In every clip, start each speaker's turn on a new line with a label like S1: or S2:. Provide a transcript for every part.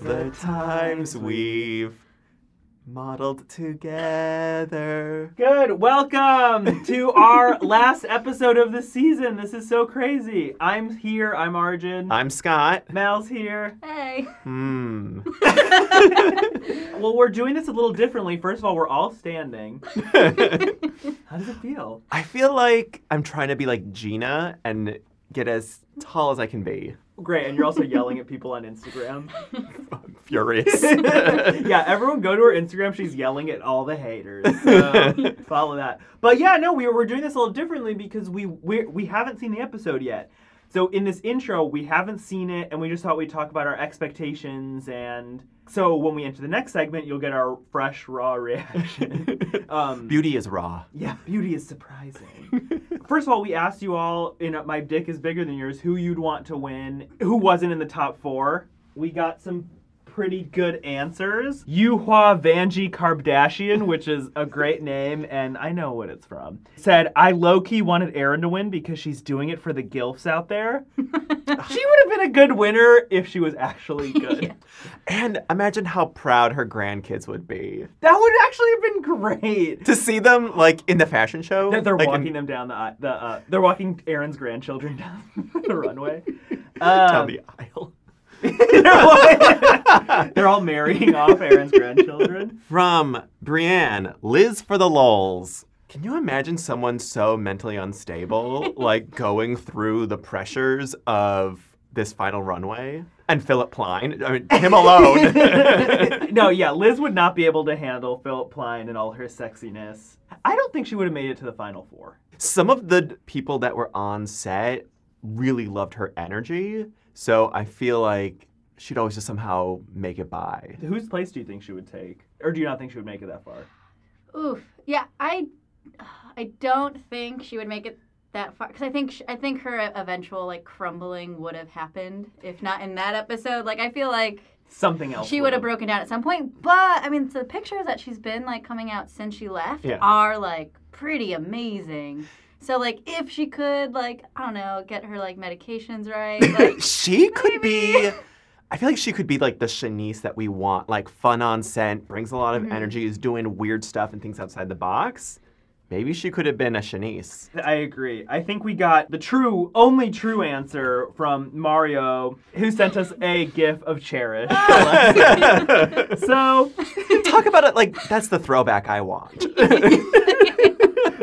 S1: the times we've modeled together.
S2: Good. Welcome to our last episode of the season. This is so crazy. I'm here. I'm Arjun.
S1: I'm Scott.
S2: Mal's here.
S3: Hey.
S1: Hmm.
S2: Well, we're doing this a little differently. First of all, we're all standing. How does it feel?
S1: I feel like I'm trying to be like Gina and get as tall as I can be.
S2: Great. And you're also yelling at people on Instagram.
S1: I'm furious.
S2: yeah, everyone go to her Instagram. She's yelling at all the haters. So follow that. But yeah, no, we were doing this a little differently because we we we haven't seen the episode yet. So in this intro, we haven't seen it, and we just thought we'd talk about our expectations. And so when we enter the next segment, you'll get our fresh raw reaction. Um,
S1: Beauty is raw.
S2: yeah, beauty is surprising. First of all, we asked you all in uh, My Dick is Bigger Than Yours who you'd want to win, who wasn't in the top four. We got some pretty good answers. Yuhua Vanji Kardashian, which is a great name and I know what it's from, said, I low key wanted Erin to win because she's doing it for the GILFs out there. she would have been a good winner if she was actually good.
S1: And imagine how proud her grandkids would be
S2: That would actually have been great.
S1: to see them like in the fashion show.
S2: They're, they're
S1: like, in-
S2: walking them down the i- the uh, they're walking Aaron's grandchildren down the runway.
S1: down
S2: Um,
S1: the aisle.
S2: they're, wa- they're all marrying off Aaron's grandchildren.
S1: From Brienne, Liz for the lols. Can you imagine someone so mentally unstable, like going through the pressures of this final runway? And Philip Klein, I mean, him alone.
S2: no, yeah, Liz would not be able to handle Philip Klein and all her sexiness. I don't think she would have made it to the final four.
S1: Some of the people that were on set really loved her energy, so I feel like she'd always just somehow make it by.
S2: Whose place do you think she would take, or do you not think she would make it that far?
S3: Oof. Yeah, I I don't think she would make it that far cuz I think sh I think her eventual like crumbling would have happened if not in that episode. Like I feel like
S2: Something else.
S3: she would have broken down at some point, but I mean the pictures that she's been like coming out since she left
S1: Yeah.
S3: are like pretty amazing. So like if she could like I don't know, get her like medications right, like
S1: she could be. I feel like she could be like the Shanice that we want, like fun on set, brings a lot of energy, is doing weird stuff and things outside the box. Maybe she could have been a Shanice.
S2: I agree. I think we got the true, only true answer from Mario, who sent us a gif of Cherish. so,
S1: Talk about it like that's the throwback I want.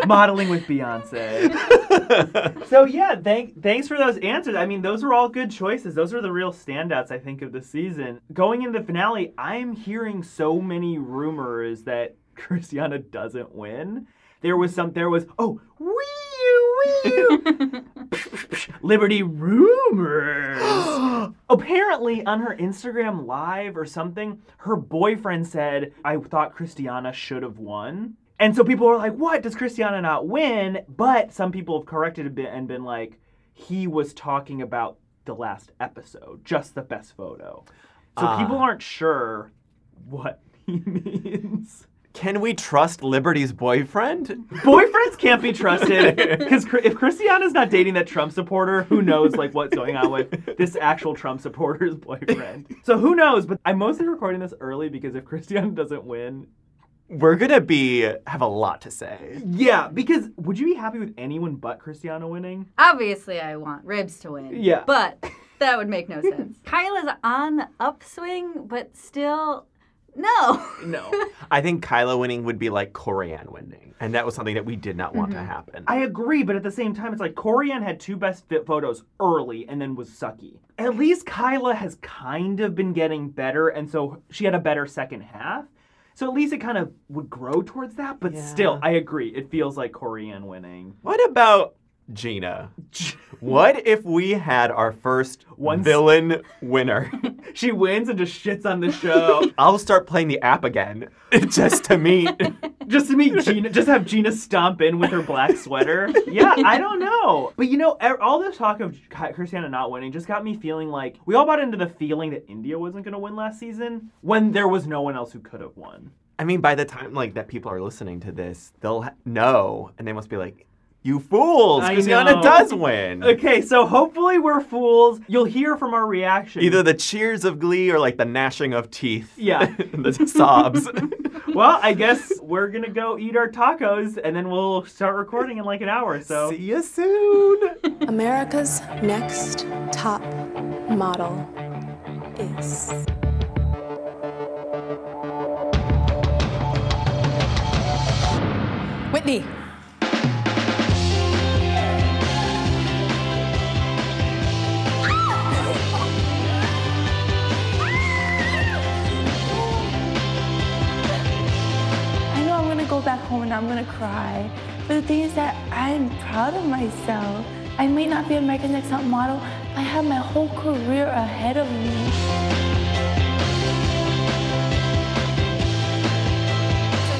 S2: modeling with Beyonce. so yeah, thank, thanks for those answers. I mean, those were all good choices. Those are the real standouts, I think, of the season. Going into the finale, I'm hearing so many rumors that Christiana doesn't win. There was some. There was oh, wee wee. Liberty rumors. Apparently, on her Instagram live or something, her boyfriend said, "I thought Christiana should have won." And so people are like, "What does Christiana not win?" But some people have corrected a bit and been like, "He was talking about the last episode, just the best photo." So
S1: Ah.
S2: people aren't sure what he means.
S1: Can we trust Liberty's boyfriend?
S2: Boyfriends can't be trusted because if Christiana's not dating that Trump supporter, who knows like what's going on with this actual Trump supporter's boyfriend? So who knows? But I'm mostly recording this early because if Christiana doesn't win,
S1: We're gonna be have a lot to say.
S2: yeah, because would you be happy with anyone but Christiana winning?
S3: Obviously, I want ribs to win.
S2: Yeah.
S3: But that would make no sense. Kyla's on the upswing, but still, no.
S2: No.
S1: I think Kyla winning would be like Corianne winning, and that was something that we did not want to happen.
S2: I agree, but at the same time, it's like Corianne had two best fit photos early and then was sucky. At least Kyla has kind of been getting better, and so she had a better second half. So at least it kind of would grow towards that, but still,
S1: Yeah.
S2: I agree. It feels like Corianne winning.
S1: What about Gina? What if we had our first
S2: Once-
S1: villain winner?
S2: She wins and just shits on the show.
S1: I'll start playing the app again just to meet.
S2: just to meet Gina, just have Gina stomp in with her black sweater. Yeah, I don't know. But you know, e- all this talk of Ki- Christiana not winning just got me feeling like we all bought into the feeling that India wasn't going to win last season when there was no one else who could have won.
S1: I mean, by the time like that people are listening to this, they'll ha- know, and they must be like, You fools!
S2: I
S1: Christiana
S2: know.
S1: does win.
S2: Okay, so hopefully we're fools. You'll hear from our reaction.
S1: Either the cheers of glee or like the gnashing of teeth.
S2: Yeah.
S1: the sobs.
S2: Well, I guess we're gonna go eat our tacos and then we'll start recording in like an hour. So
S1: See you soon.
S4: America's next top model is. Whitney.
S5: I know I'm gonna go back home and I'm gonna cry. But the thing is that I'm proud of myself. I may not be America's Next Top Model. I have my whole career ahead of me.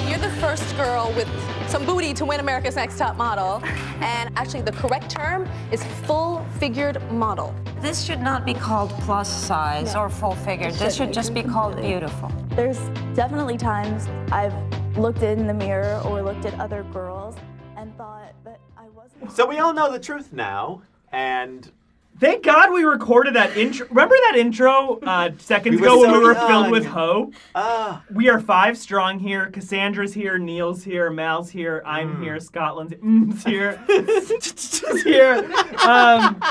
S6: So you're the first girl with some booty to win America's Next Top Model. And actually, the correct term is full figured model.
S7: This should not be called plus size or full figure. This should just be called beautiful.
S5: There's definitely times I've looked in the mirror or looked at other girls and thought that I wasn't.
S1: so we all know the truth now, and
S2: thank God we recorded that intro. Remember that intro uh, seconds
S1: We were
S2: ago when
S1: so
S2: we were
S1: young.
S2: filled with hope?
S1: ah,
S2: We are five strong here. Cassandra's here. Neil's here. Mal's here. I'm here. Scotland's m's here. It's here. Um,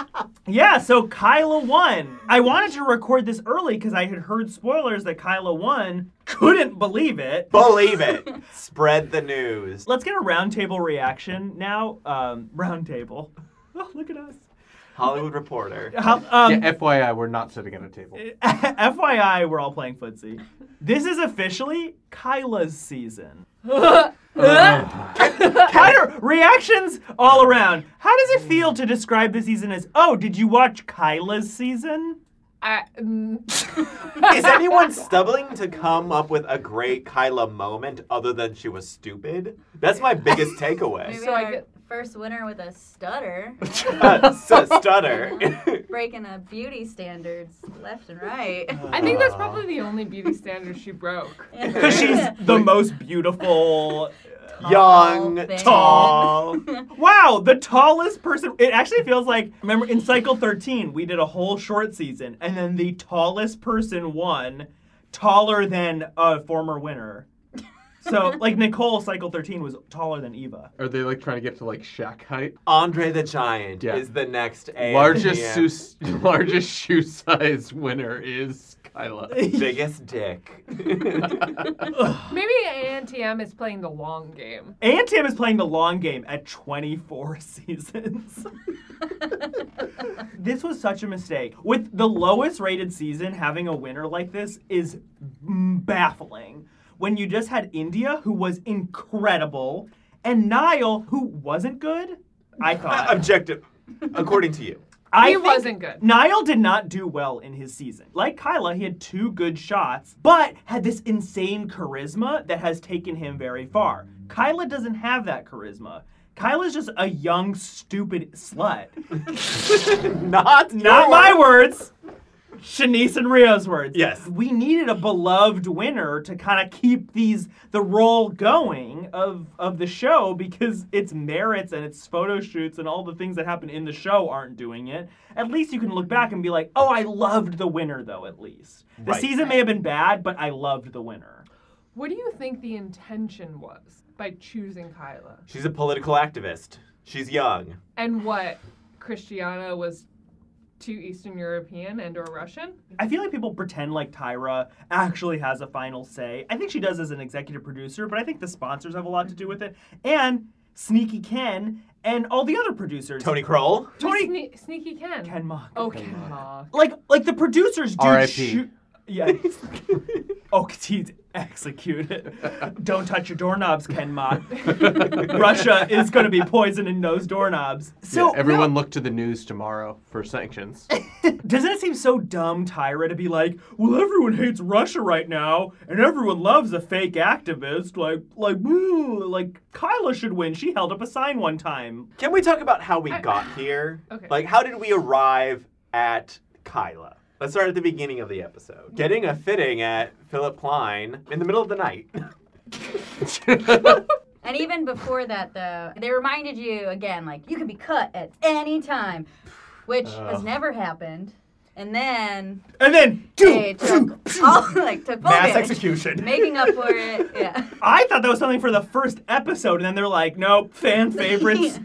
S2: yeah, so Kyla won. I wanted to record this early because I had heard spoilers that Kyla won. Couldn't believe it.
S1: believe it. Spread the news.
S2: Let's get a roundtable reaction now. Um, roundtable. Oh, look at us.
S1: Hollywood Reporter.
S2: How- um,
S8: Yeah, FYI, we're not sitting at a table.
S2: FYI, we're all playing footsie. This is officially Kyla's season. Kyler, reactions all around. How does it feel to describe the season as, oh, did you watch Kyla's season?
S9: I, mm,
S1: Is anyone stumbling to come up with a great Kyla moment other than she was stupid? That's my biggest takeaway.
S3: Maybe
S9: So I
S3: our
S9: get-
S3: first winner with a stutter,
S1: uh, s- stutter.
S3: breaking a beauty standards left and right.
S9: I think that's probably the only beauty standard she broke.
S2: Because she's the most beautiful.
S1: Young,
S3: thing.
S1: tall.
S2: Wow, the tallest person. It actually feels like, remember, in Cycle 13, we did a whole short season, and then the tallest person won, taller than a former winner. So, like, Nicole, Cycle 13, was taller than Eva.
S8: Are they like trying to get to like shack height?
S1: Andre the Giant
S8: Yeah.
S1: is the next A.
S8: largest shoe, largest shoe size winner is Kyla.
S1: biggest dick.
S9: Maybe ANTM is playing the long game.
S2: And Tim is playing the long game at 24 seasons. this was such a mistake. With the lowest rated season, having a winner like this is baffling. When you just had India, who was incredible, and Niall, who wasn't good, I thought.
S1: Objective, according to you.
S2: I
S9: He
S2: think
S9: wasn't good.
S2: Niall did not do well in his season. Like Kyla, he had two good shots, but had this insane charisma that has taken him very far. Kyla doesn't have that charisma. Kyla's just a young, stupid slut.
S1: Not
S2: Not my words. Shanice and Rio's words.
S1: Yes.
S2: We needed a beloved winner to kind of keep these the role going of of the show because its merits and its photo shoots and all the things that happen in the show aren't doing it. At least you can look back and be like, "Oh, I loved the winner though at least." The
S1: Right.
S2: season may have been bad, but I loved the winner.
S9: What do you think the intention was by choosing Kyla?
S1: She's a political activist. She's young.
S9: And what Christiana was too Eastern European and or Russian?
S2: I feel like people pretend like Tyra actually has a final say. I think she does as an executive producer, but I think the sponsors have a lot to do with it. And Sneaky Ken and all the other producers.
S1: Tony Kroll.
S9: Tony Sneaky Ken.
S2: Ken Mock.
S9: Oh, Ken Ma.
S2: Like like the producers do
S8: R.I.P..
S2: shoot- Yeah. oh, 'cause he's executed. Don't touch your doorknobs, Ken Mock. Russia is gonna be poisoning those doorknobs. So
S8: yeah, everyone look to the news tomorrow for sanctions.
S2: Doesn't it seem so dumb, Tyra, to be like, well, everyone hates Russia right now, and everyone loves a fake activist, like, like, woo, like, Kyla should win. She held up a sign one time.
S1: Can we talk about how we got here?
S9: Okay.
S1: Like, how did we arrive at Kyla? Let's start at the beginning of the episode. Getting a fitting at Philip Klein in the middle of the night.
S3: And even before that, though, they reminded you again, like, you can be cut at any time, which has never happened. And then
S2: And then,
S3: they
S2: dude,
S3: took, all, like, took full
S2: mass
S3: advantage,
S2: execution.
S3: Making up for it, yeah.
S2: I thought that was something for the first episode, and then they're like, nope, fan favorites.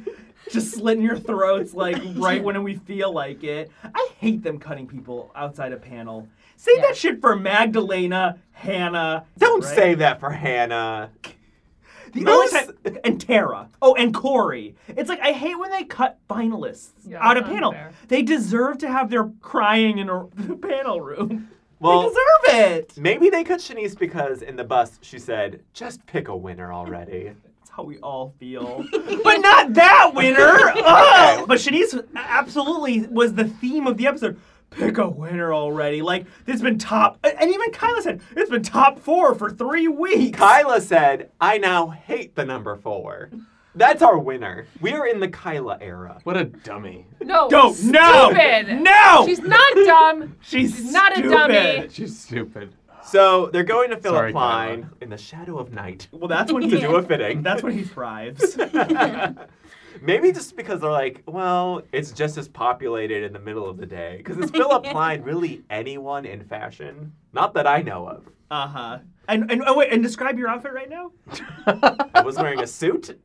S2: Just slitting your throats like right when we feel like it. I hate them cutting people outside a panel. Save that shit for Magdalena, Hannah.
S1: Don't
S2: right?
S1: save that for Hannah.
S2: The
S1: Most-
S2: only time, and Tara. Oh, and Corey. It's like I hate when they cut finalists
S9: Yeah,
S2: out of
S9: that's
S2: panel.
S9: unfair.
S2: They deserve to have their crying in a, the panel room. they
S1: Well,
S2: deserve it.
S1: maybe they cut Shanice because in the bus she said, "Just pick a winner already."
S2: That's how we all feel. but not that winner. Ugh. But Shanice absolutely was the theme of the episode. Pick a winner already. Like this has been top, and even Kyla said it's been top four for three weeks.
S1: Kyla said, "I now hate the number four. That's our winner. We are in the Kyla era."
S8: What a dummy.
S9: No.
S2: Don't no
S9: Stupid.
S2: no.
S9: She's not dumb.
S2: She's
S9: she's not a
S2: stupid.
S9: dummy.
S8: She's stupid.
S1: So they're going to Philip
S8: Sorry,
S1: Klein
S8: Kyla.
S1: in the shadow of night
S2: Well, that's when
S1: to
S2: he
S1: do a fitting.
S2: That's when he thrives.
S1: Maybe just because they're like, well, it's just as populated in the middle of the day. Because is Philip Klein really anyone in fashion? Not that I know of.
S2: Uh huh. And and oh wait, and describe your outfit right now.
S1: I was wearing a suit,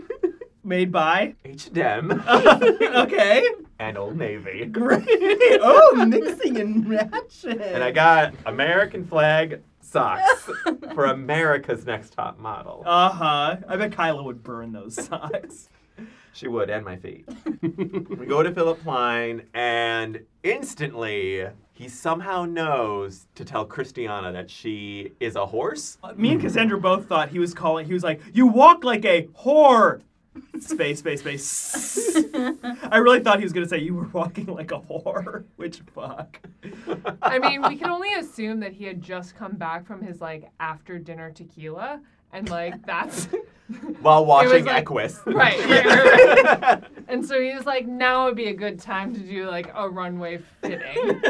S2: Made by.
S1: H&M,
S2: okay.
S1: and Old Navy.
S2: Great. Oh, mixing and ratchet.
S1: And I got American flag socks for America's Next Top Model.
S2: Uh huh. I bet Kyla would burn those socks.
S1: She would, and my feet. we go to Philip Klein, and instantly he somehow knows to tell Christiana that she is a horse.
S2: Me and Cassandra both thought he was calling. He was like, "You walk like a whore." Space, space, space. I really thought he was gonna say you were walking like a whore, which fuck.
S9: I mean, we can only assume that he had just come back from his like after dinner tequila, and like that's
S1: While watching
S9: like-
S1: Equus.
S9: right, right, right, right. And so he was like, now would be a good time to do like a runway fitting.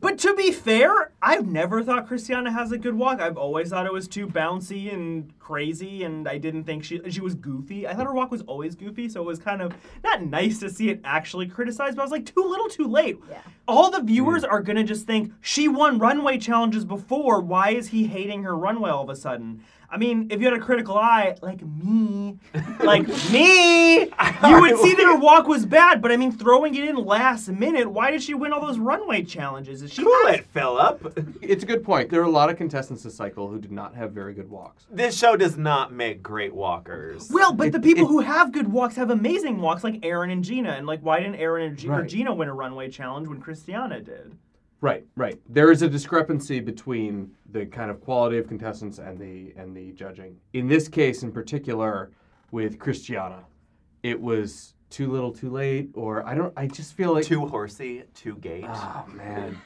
S2: But to be fair, I've never thought Christiana has a good walk. I've always thought it was too bouncy and crazy, and I didn't think she she was goofy. I thought her walk was always goofy, so it was kind of not nice to see it actually criticized. But I was like, too little, too late.
S3: Yeah.
S2: All the viewers are gonna just think she won runway challenges before. Why is he hating her runway all of a sudden? I mean, if you had a critical eye like me, like me, you would see that her walk was bad. But I mean, throwing it in last minute, why did she win all those runway challenges? Is she
S1: Cool it, Philip.
S8: It's a good point. There are a lot of contestants this cycle who did not have very good walks.
S1: This show does not make great walkers.
S2: Well, but the people who have good walks have amazing walks, like Aaron and Gina. And like, why didn't Aaron and G- or
S8: Right.
S2: Gina win a runway challenge when Christiana did?
S8: Right, right. There is a discrepancy between the kind of quality of contestants and the and the judging. In this case, in particular, with Christiana, it was too little, too late, or I don't. I just feel like.
S1: Too horsey, too gate.
S8: oh man.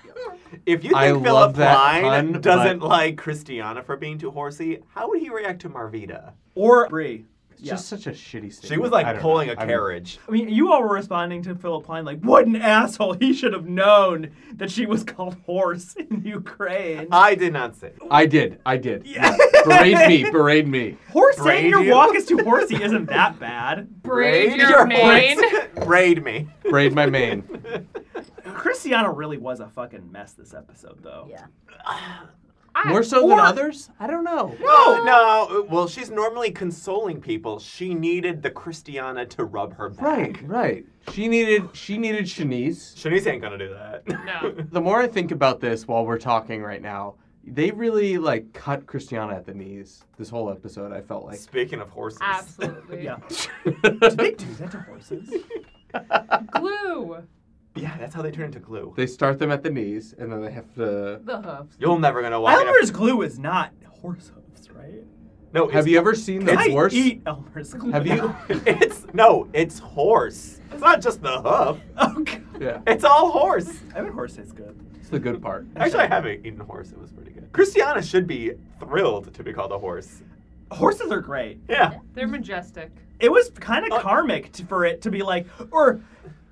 S1: If you think
S8: I
S1: Philip
S8: love that
S1: Klein
S8: pun, but-
S1: doesn't like Christiana for being too horsey, how would he react to Marvita?
S2: Or Brie.
S8: It's just such a shitty. Statement.
S1: She was
S8: I
S1: like
S8: don't
S1: pulling
S8: know.
S1: a
S8: I'm-
S1: carriage.
S2: I mean, you all were responding to Philip Klein like, "What an asshole! He should have known that she was called horse in Ukraine."
S8: Uh,
S1: I did not say.
S8: I did. I did. yeah. Berate me. Berate me.
S2: horse saying
S1: Braid
S2: your
S1: you.
S2: walk is too horsey isn't that bad.
S9: Braid your mane.
S1: Braid me.
S8: Braid my mane.
S2: Christiana really was a fucking mess this episode, though.
S3: Yeah.
S8: More so than
S2: or-
S8: others. I don't know.
S1: Oh, No, no. Well, she's normally consoling people. She needed the Christiana to rub her back.
S8: Right, right. She needed. She needed Shanice.
S1: Shanice ain't gonna do that.
S9: No.
S8: The more I think about this while we're talking right now, they really like cut Christiana at the knees this whole episode. I felt like
S1: Speaking of horses,
S9: Absolutely.
S2: Yeah. Did they do that to horses?
S9: Glue
S1: yeah, that's how they turn into glue.
S8: they start them at the knees and then they have to.
S9: the hoofs.
S1: You're never gonna walk. in a-
S2: Elmer's glue is not horse hooves, right?
S1: No,
S8: Have
S1: it's-
S8: you ever seen the
S2: I
S8: horse?
S2: eat Elmer's glue.
S8: Have you?
S1: It's no, it's horse. It's not just the hoof.
S2: Oh, God.
S8: yeah,
S1: It's all horse.
S2: I bet horse tastes good.
S8: it's the good part.
S1: Actually, I haven't eaten horse. It was pretty good. Christiana should be thrilled to be called a horse.
S2: Horses are great.
S1: Yeah.
S9: They're majestic.
S2: It was kind of karmic to, for it to be like, or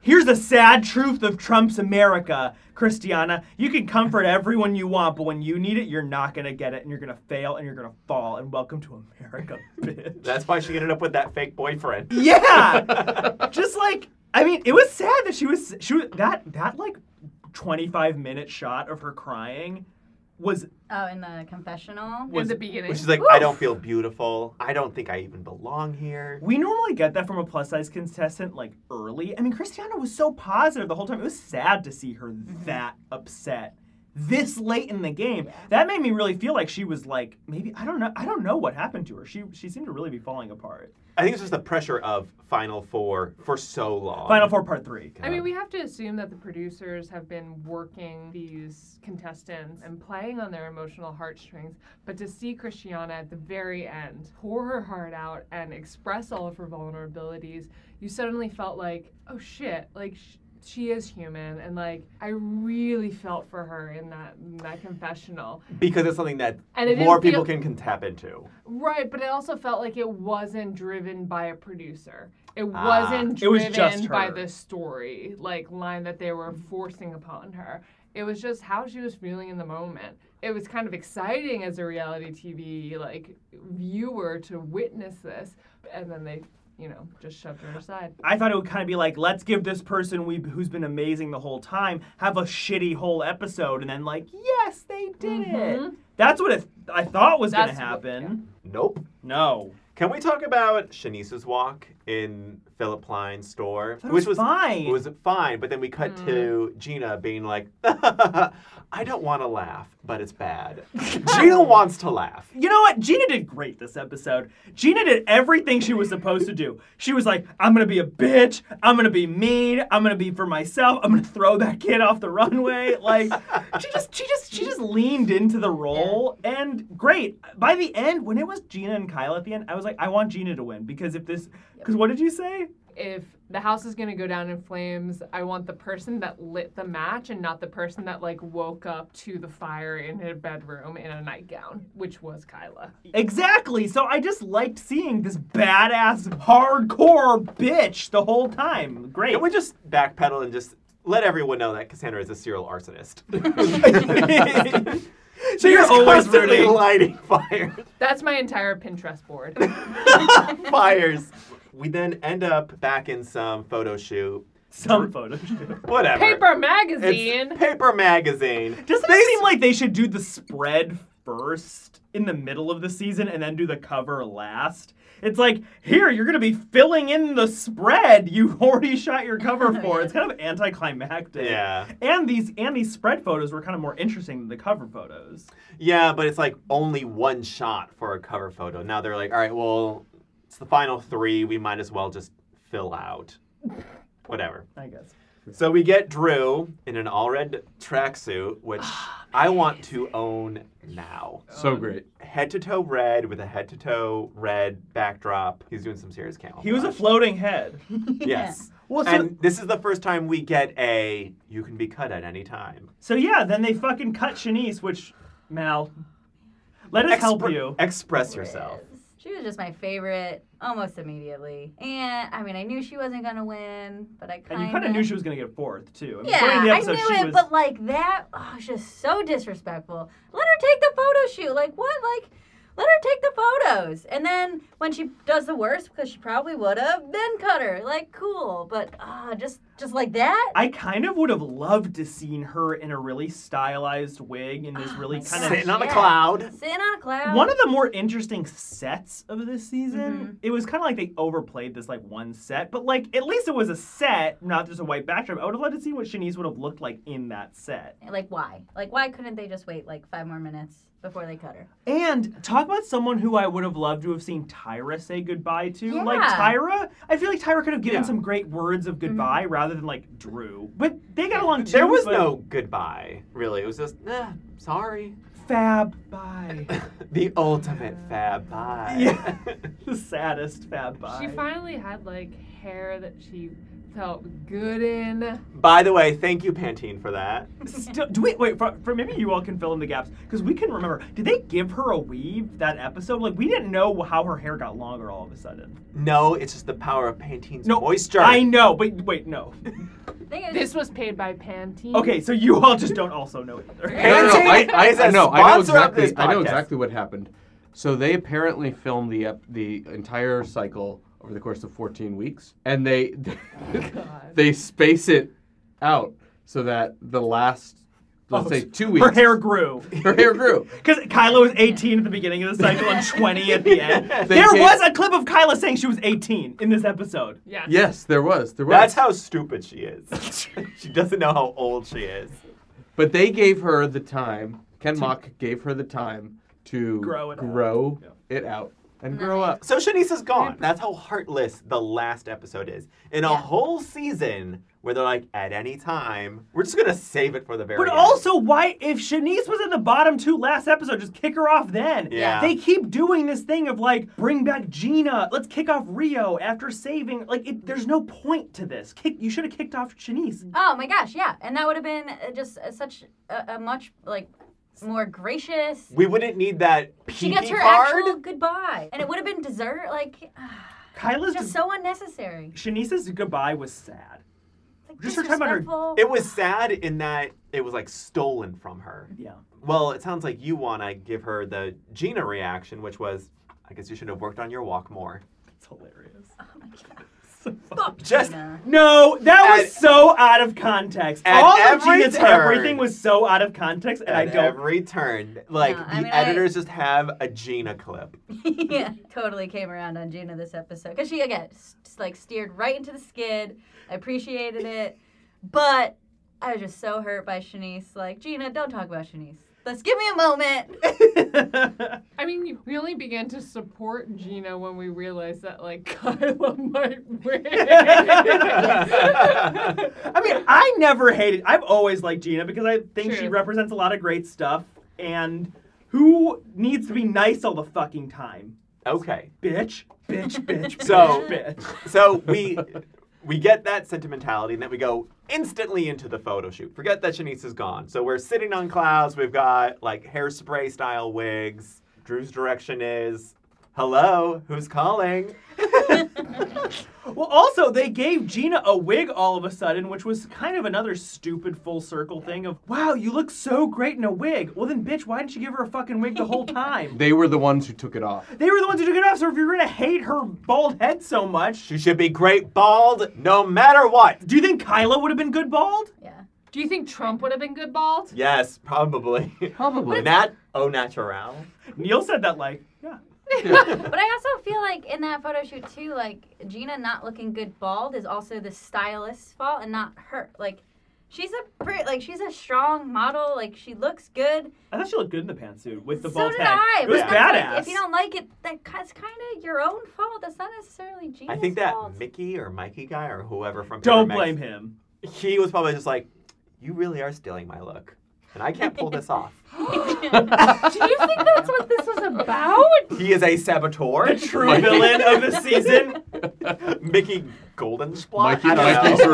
S2: Here's the sad truth of Trump's America, Christiana. You can comfort everyone you want, but when you need it, you're not going to get it, and you're going to fail, and you're going to fall. And welcome to America, bitch.
S1: That's why she ended up with that fake boyfriend.
S2: Yeah, just like I mean, it was sad that she was she was that that like twenty five minute shot of her crying was
S3: Oh, in the confessional.
S9: in the beginning.
S1: Which is like, I don't feel beautiful. I don't think I even belong here.
S2: we normally get that from a plus size contestant like early. I mean, Christiana was so positive the whole time. It was sad to see her that upset this late in the game. That made me really feel like she was like maybe I don't know I don't know what happened to her. She she seemed to really be falling apart.
S1: I think it's just the pressure of Final Four for so long.
S2: Final four part three.
S9: I mean, we have to assume that the producers have been working these contestants and playing on their emotional heartstrings. But to see Christiana at the very end pour her heart out and express all of her vulnerabilities, you suddenly felt like, oh shit, like sh- she is human. And like, I really felt for her in that, in that confessional.
S1: because it's something that
S9: And it
S1: more
S9: didn't
S1: people
S9: feel-
S1: can, can tap into.
S9: Right, but it also felt like it wasn't driven by a producer. It
S1: Ah.
S9: wasn't
S2: It was
S9: driven
S2: just
S9: by
S2: her.
S9: the story, like line that they were forcing upon her. It was just how she was feeling in the moment. It was kind of exciting as a reality TV like viewer to witness this, and then they, you know, just shoved her aside.
S2: I thought it would kind of be like, let's give this person we who's been amazing the whole time have a shitty whole episode, and then like, yes, they did it. That's what it, I thought was going to
S9: Mm-hmm. That's what-
S2: happen.
S1: Nope.
S2: No,
S1: Can we talk about Shanice's walk in Philip Klein's store?
S2: That was fine.
S1: Was fine, but then we cut
S9: Mm-hmm.
S1: to Gina being like, I don't want to laugh, but it's bad. Gina wants to laugh.
S2: you know what? Gina did great this episode. Gina did everything she was supposed to do. She was like, I'm gonna be a bitch. I'm gonna be mean. I'm gonna be for myself. I'm gonna throw that kid off the runway. Like, she just, she just, she just leaned into the role, and great. By the end, when it was Gina and Kyle at the end, I was like, I want Gina to win because if this, because what did you say?
S9: If the house is gonna go down in flames, I want the person that lit the match and not the person that like woke up to the fire in her bedroom in a nightgown, which was Kyla.
S2: Exactly. So I just liked seeing this badass, hardcore bitch the whole time. Great.
S1: Can we just backpedal and just let everyone know that Cassandra is a serial arsonist?
S2: so you're
S1: She's
S2: always
S1: constantly
S2: rooting.
S1: lighting fires.
S9: That's my entire Pinterest board.
S1: fires. We then end up back in some photo shoot.
S2: Some photos.
S1: Whatever.
S9: Paper
S1: It's
S9: magazine.
S1: paper magazine.
S2: Doesn't it seem like they should do the spread first in the middle of the season and then do the cover last? It's like, here, you're going to be filling in the spread you've already shot your cover for. It's kind of anticlimactic.
S1: Yeah.
S2: And these and these spread photos were kind of more interesting than the cover photos.
S1: Yeah, but it's like only one shot for a cover photo. Now they're like, all right, well, it's the final three. We might as well just fill out. Whatever.
S2: I guess.
S1: So we get Drew in an all red tracksuit, which
S2: Ah,
S1: I want to own now.
S8: So great.
S1: Head to toe red with a head to toe red backdrop. He's doing some serious camel.
S2: He was a
S1: blush.
S2: floating head.
S1: Yes.
S2: Well, so-
S1: and this is the first time we get a you can be cut at any time.
S2: So yeah, then they fucking cut Shanice, which Mal, let us help
S1: Expre-
S2: you.
S1: Express yourself.
S3: She was just my favorite almost immediately. And I mean, I knew she wasn't going to win, but I
S2: and
S3: kind
S2: you kind of knew she was gonna get fourth too. I mean,
S3: Yeah,
S2: during the
S3: I
S2: episode,
S3: knew
S2: she
S3: it,
S2: was-
S3: but like that oh, it was just so disrespectful. Let her take the photo shoot. Like what? Like let her take the photos. And then when she does the worst, because she probably would have, then cut her. Like cool, but uh, just just like that.
S2: I kind of would have loved to seen her in a really stylized wig and this really kind of
S1: Sitting on a
S3: Yeah.
S1: cloud.
S3: Sitting on a cloud.
S2: one of the more interesting sets of this season. It was kind of like they overplayed this like one set, but like at least it was a set, not just a white backdrop. I would have loved to see what Shanice would have looked like in that set.
S3: like why? Like why couldn't they just wait like five more minutes before they cut her?
S2: And talk about someone who I would have loved to have seen Tyra say goodbye to. Like
S3: Yeah.
S2: Tyra, I feel like Tyra could have given
S8: Yeah.
S2: some great words of goodbye rather than like Drew. But they got along too.
S1: There was
S2: but-
S1: no goodbye, really. It was just, eh, sorry.
S2: fab bye.
S1: The ultimate fab bye.
S2: Yeah. the saddest fab bye.
S9: She finally had like hair that she felt good in.
S1: By the way, thank you, Pantene, for that.
S2: Still, do we wait for, for maybe you all can fill in the gaps because we can remember. Did they give her a weave that episode? Like we didn't know how her hair got longer all of a sudden.
S1: No, it's just the power of Pantene's
S2: No,
S1: moisture.
S2: I know, but wait, no.
S3: I think it was
S9: This was paid by Pantene.
S2: Okay, so you all just don't also know either.
S1: Okay.
S8: No, no, no, I,
S1: Pantene
S8: I,
S1: is a
S8: I know, I know
S1: sponsor of
S8: exactly.
S1: this
S8: I know
S1: podcast.
S8: exactly what happened. So they apparently filmed the ep- the entire cycle over the course of 14 weeks, and they they space it out so that the last let's
S2: Oh,
S8: say
S2: so
S8: two weeks
S2: Her hair grew.
S8: her hair grew.
S2: Because Kyla was 18 at the beginning of the cycle and 20 at the end.
S8: They
S2: there
S8: can't-
S2: was a clip of Kyla saying she was 18 in this episode.
S9: Yeah.
S8: Yes, there was. There was.
S1: That's how stupid she is. she doesn't know how old she is.
S8: But they gave her the time. Ken Mock gave her the time to
S2: Grow it out.
S8: grow it out and grow up.
S1: So Shanice is gone. That's how heartless the last episode is. In a whole season where they're like, at any time, we're just gonna save it for the very
S2: But
S1: end.
S2: also, why, if Shanice was in the bottom two last episode, just kick her off then.
S1: Yeah.
S2: They keep doing this thing of like, bring back Gina, let's kick off Rio after saving. Like, it, there's no point to this. Kick, you should have kicked off Shanice.
S3: Oh my gosh, yeah, and that would have been uh, just uh, such a, a much like more gracious.
S1: we wouldn't need that
S3: She gets her
S1: card.
S3: actual goodbye, and it would have been dessert. Like,
S2: Kyla's
S3: just so unnecessary.
S2: Shanice's goodbye was sad.
S3: Like,
S2: Just her time under-
S3: disrespectful.
S1: It was sad in that it was like stolen from her.
S2: Yeah.
S1: Well, it sounds like you want to give her the Gina reaction, which was, I guess you should have worked on your walk more.
S2: It's hilarious.
S3: Oh Fuck
S1: Just-
S3: Gina.
S2: No, that
S1: At-
S2: was so out of context.
S1: At
S2: All
S1: every
S2: of Gina's
S1: turn.
S2: everything was so out of context, and I
S1: At
S2: don't.
S1: every turn, like
S3: No,
S1: the
S3: I mean, I-
S1: editors just have a Gina clip.
S3: yeah, totally came around on Gina this episode because she again s- just, like steered right into the skid. I appreciated it, but I was just so hurt by Shanice. Like Gina, don't talk about Shanice. Let's give me a moment.
S9: I mean, we only began to support Gina when we realized that, like, Kyla might win.
S2: I mean, I never hated. I've always liked Gina because I think she
S9: True.
S2: represents a lot of great stuff. And who needs to be nice all the fucking time,
S1: Okay,
S2: bitch? Bitch, bitch,
S1: So-
S2: bitch, bitch.
S1: so we we get that sentimentality, and then we go instantly into the photo shoot. Forget that Shanice is gone. So we're sitting on clouds. We've got like hairspray style wigs. Drew's direction is, "Hello, who's calling?"
S2: Well, also they gave Gina a wig all of a sudden, which was kind of another stupid full circle thing of, wow, you look so great in a wig. Well, then, bitch, why didn't you give her a fucking wig the whole time?
S8: They were the ones who took it off.
S2: They were the ones who took it off, so if you're gonna hate her bald head so much,
S1: She should be great bald, no matter what.
S2: do you think Kyla would have been good bald?
S3: yeah.
S9: Do you think Trump would have been good bald?
S1: Yes, probably.
S8: Probably.
S1: Nat au naturel.
S2: Neil said that like, yeah.
S3: But I also feel like in that photo shoot too, like Gina not looking good bald is also the stylist's fault and not her. Like she's a pretty, like she's a strong model. Like she looks good.
S2: I thought she looked good in the pantsuit with the
S3: so
S2: bald
S3: did
S2: head.
S3: I.
S2: It was
S3: but that's,
S2: badass.
S3: Like, if you don't like it, that- that's kind of your own fault. That's not necessarily
S1: I
S3: Gina's
S1: think that
S3: fault.
S1: Mickey or Mikey guy or whoever from Paper
S2: Don't
S1: Max-
S2: blame him.
S1: He was probably just like, "You really are stealing my look, and I can't pull this off."
S9: Do you think that's what this was about?
S1: He is a saboteur, a true
S8: Mikey.
S2: Villain of the season.
S1: Mickey Golden Splat.
S8: Mikey,
S1: I don't
S8: Mikey's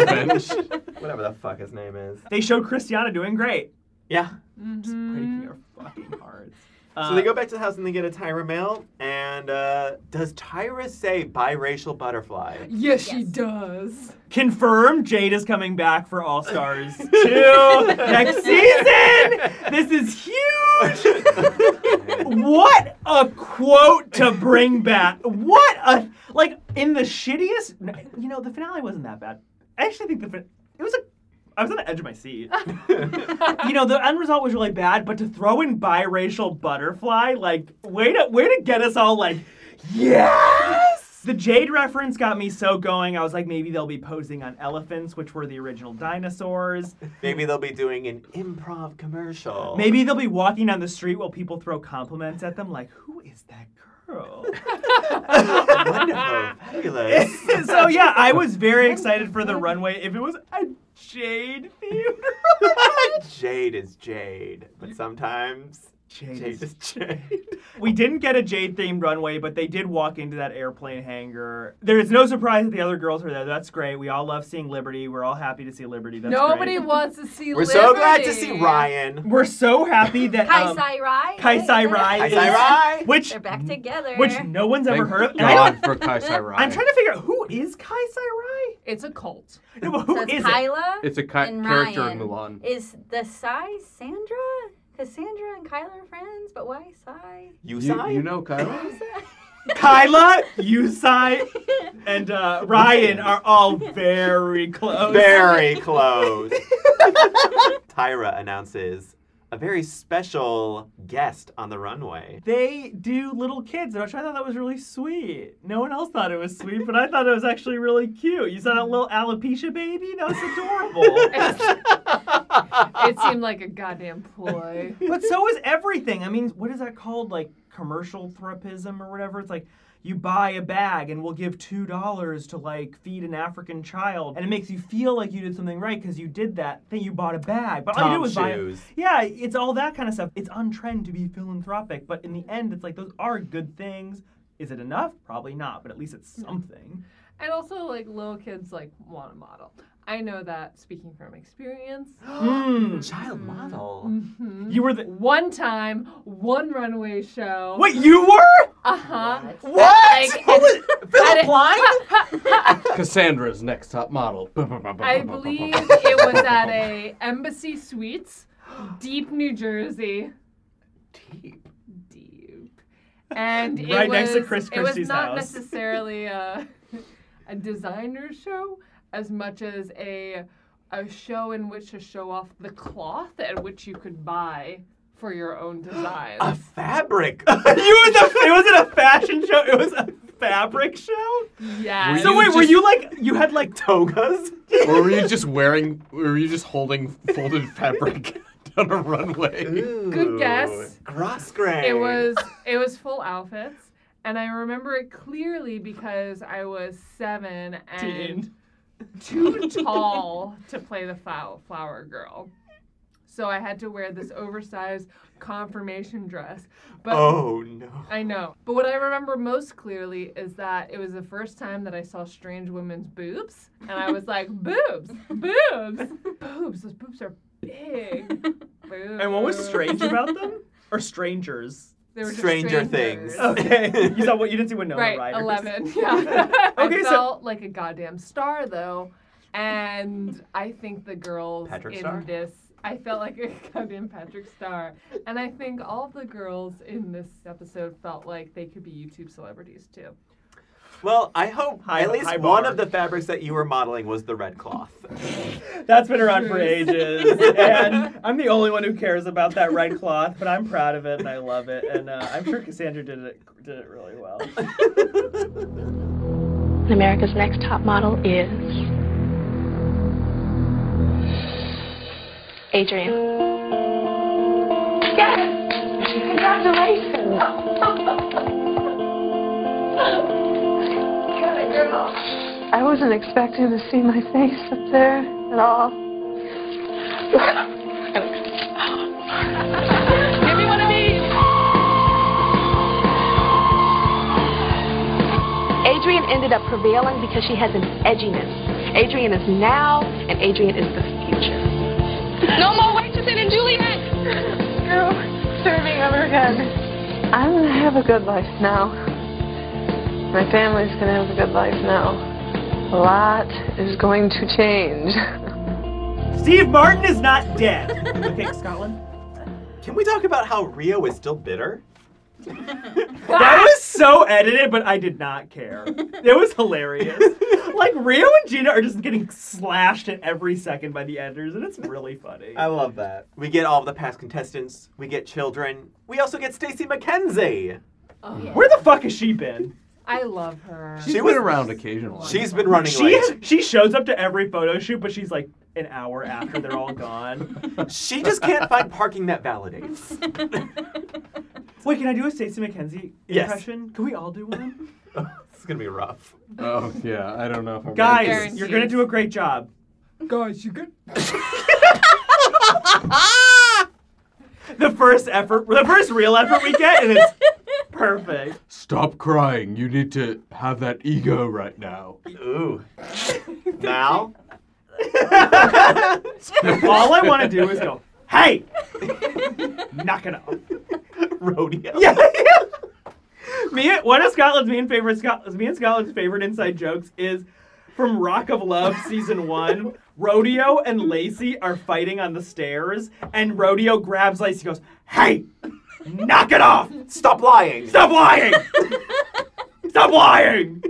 S1: know.
S8: revenge.
S1: Whatever the fuck his name is.
S2: They showed Christiana doing great.
S1: Yeah.
S9: Mm-hmm.
S2: Breaking your fucking hearts.
S1: So they go back to the house and they get a Tyra mail. And uh, does Tyra say biracial butterfly?
S9: Yes, she does.
S2: confirm Jade is coming back for All Stars 2 next season. This is huge. what a quote to bring back. What a like in the shittiest you know the finale wasn't that bad. I actually think the fin- it was a I was on the edge of my seat. you know, the end result was really bad, but to throw in biracial butterfly, like, way to way to get us all like, yes. The Jade reference got me so going. I was like, maybe they'll be posing on elephants, which were the original dinosaurs.
S1: Maybe they'll be doing an improv commercial.
S2: Maybe they'll be walking down the street while people throw compliments at them, like, who is that girl?
S1: Wonderful. Fabulous.
S2: so yeah, I was very excited for the runway. If it was a Jade themed
S1: Jade is Jade, but sometimes
S2: Jade.
S1: Jade
S2: is-
S1: is Jade.
S2: We didn't get a Jade themed runway, but they did walk into that airplane hangar. There is no surprise that the other girls are there. That's great. We all love seeing Liberty. We're all happy to see Liberty. That's
S9: Nobody
S2: Great.
S9: wants to see.
S1: We're so glad to
S9: Liberty.
S1: see Ryan.
S2: We're so happy that um,
S3: Kaisai Rai.
S2: Kaisai Rai.
S1: Hi,
S2: is-
S1: Rai.
S2: Which
S3: They're back together.
S2: which no one's ever
S8: Thank
S2: heard of. And I
S8: God
S2: don't,
S8: for Kaisai Rai.
S2: I'm trying to figure out who is Kaisai Rai.
S9: It's a cult.
S2: No, but
S3: so
S2: who
S3: it's
S2: is it?
S3: Kyla.
S8: It's a ki-
S3: and
S8: character
S3: Ryan.
S8: of Mulan.
S3: Is the Sai Sandra? Because Sandra and Kyla are friends, but why Sai?
S1: You,
S8: You,
S1: sign?
S8: you know Kyla?
S2: Kyla, Yusai, and uh, Ryan are all very close.
S1: Very close. Tyra announces a very special guest on the runway.
S2: They do little kids, which I thought that was really sweet. No one else thought it was sweet, but I thought it was actually really cute. You saw that little alopecia baby? That was adorable.
S9: It seemed like a goddamn ploy.
S2: but so is everything. I mean, what is that called? Like commercial thropism or whatever? It's like you buy a bag and we'll give two dollars to like feed an African child, and it makes you feel like you did something right because you did that thing. You bought a bag, but all you did
S1: Tom
S2: was buy.
S1: shoes.
S2: Yeah, it's all that kind of stuff. It's on trend to be philanthropic, but in the end, it's like those are good things. Is it enough? Probably not, but at least it's something.
S9: and also, like little kids like want a model. I know that speaking from experience.
S2: Mm.
S1: Child model.
S9: Mhm.
S2: You were the
S9: One time, one runway show.
S2: wait. You were
S9: Uh huh.
S2: what?
S9: Like,
S2: Who was Philip
S9: it-
S2: Line?
S8: Cassandra's next top model.
S9: I believe it was at a Embassy Suites, deep New Jersey.
S8: Deep.
S9: Deep. And it
S2: Right
S9: was,
S2: next to Chris
S9: It was
S2: Christie's
S9: not
S2: house.
S9: necessarily a, a designer show as much as a a show in which to show off the cloth at which you could buy for your own designs.
S1: A fabric.
S2: you was a, it wasn't a fashion show. It was a fabric show.
S9: yes.
S8: Were
S2: So
S8: You
S2: wait, were
S8: just-
S2: you like you had like
S1: Togas.
S8: or were you just wearing? Were you just holding folded fabric down a runway?
S1: Good
S9: guess.
S1: Cross grain.
S9: It was it was full outfits, and I remember it clearly because I was seven and
S2: Teen.
S9: too tall to play the flow- flower girl. So I had to wear this oversized confirmation dress. But
S1: Oh no.
S9: I know. But what I remember most clearly is that it was the first time that I saw strange women's boobs, and I was like, boobs, boobs, boobs. Those boobs are big. Boobs.
S2: and what was strange about them or strangers?
S9: They were just
S1: Stranger
S9: strangers.
S1: Things.
S2: Okay, you saw what you didn't see Winona
S9: right,
S2: Ryder.
S9: 11. Yeah.
S2: Okay,
S9: I
S2: so-
S9: felt like a goddamn star though. And I think the girls
S1: Patrick
S9: in
S1: Star?
S9: this I felt like a goddamn Patrick Star. And I think all of the girls in this episode felt like they could be YouTube celebrities too.
S1: Well, I hope
S2: High-
S1: at least
S2: high
S1: one
S2: bar.
S1: of the fabrics that you were modeling was the red cloth.
S2: That's been around for ages, and I'm the only one who cares about that red cloth. But I'm proud of it, and I love it, and uh, I'm sure Cassandra did it did it really well.
S5: And America's Next Top Model is Adrian. Yes! Congratulations! I wasn't expecting to see my face up there at all. Give me one of these. Adrian ended up prevailing because she has an edginess. Adrian is now, and Adrian is the future. No more waitressing and Juliet! Girl, serving ever again. I'm gonna have a good life now. My family's gonna have a good life now. A lot is going to change.
S2: Steve Martin is not dead. Okay, Scotland.
S1: Can we talk about how Rio is still bitter?
S2: That was so edited, but I did not care. It was hilarious. like Rio and Gina are just getting slashed at every second by the editors, and it's really funny.
S1: love that. We get all of the past contestants. We get children. We also get Stacey McKenzie.
S2: Where the fuck has she been?
S9: I love her.
S8: She
S1: She
S8: went
S1: was-
S8: around occasionally.
S1: She's been running
S2: She
S1: late.
S2: she shows up to every photo shoot, but she's like an hour after they're all gone.
S1: She just can't find parking that validates.
S2: Wait, can I do a Stacey McKenzie
S1: Yes.
S2: impression? Can we all do one?
S1: it's gonna be rough.
S8: Oh yeah, I don't know if I'm
S2: Guys,
S9: Guaranteed.
S2: you're gonna do a great job.
S9: Guys, you good?
S2: the first effort, the first real effort we get, and it's perfect.
S8: Stop crying. You need to have that ego right now.
S1: Ooh. now?
S2: All I want to do is go, hey, knock it off.
S1: Rodeo.
S2: Yeah. me, one of Scotland's me and favorite Scot- me and Scotland's favorite inside jokes is from Rock of Love season one. Rodeo and Lacey are fighting on the stairs, and Rodeo grabs Lacey. and Goes, "Hey, knock it off!
S1: Stop lying.
S2: Stop lying! Stop lying!"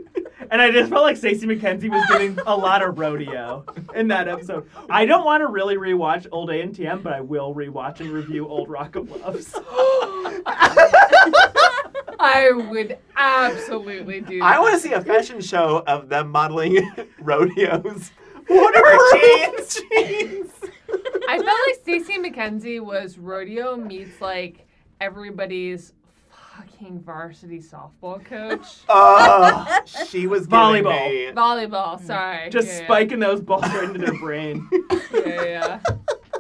S2: And I just felt like Stacey McKenzie was doing a lot of rodeo in that episode. I don't want to really rewatch Old ANTM, but I will rewatch and review Old Rock of Loves.
S9: I would absolutely do
S1: I
S9: that.
S1: want to see a fashion show of them modeling rodeos. What are jeans? jeans.
S9: I felt like Stacey McKenzie was rodeo meets like everybody's fucking varsity softball coach.
S1: Oh, she was giving
S2: Volleyball.
S1: me-
S9: Volleyball, sorry.
S2: Mm. Just
S9: Yeah, yeah,
S2: spiking those balls right into their brain.
S9: Yeah, yeah.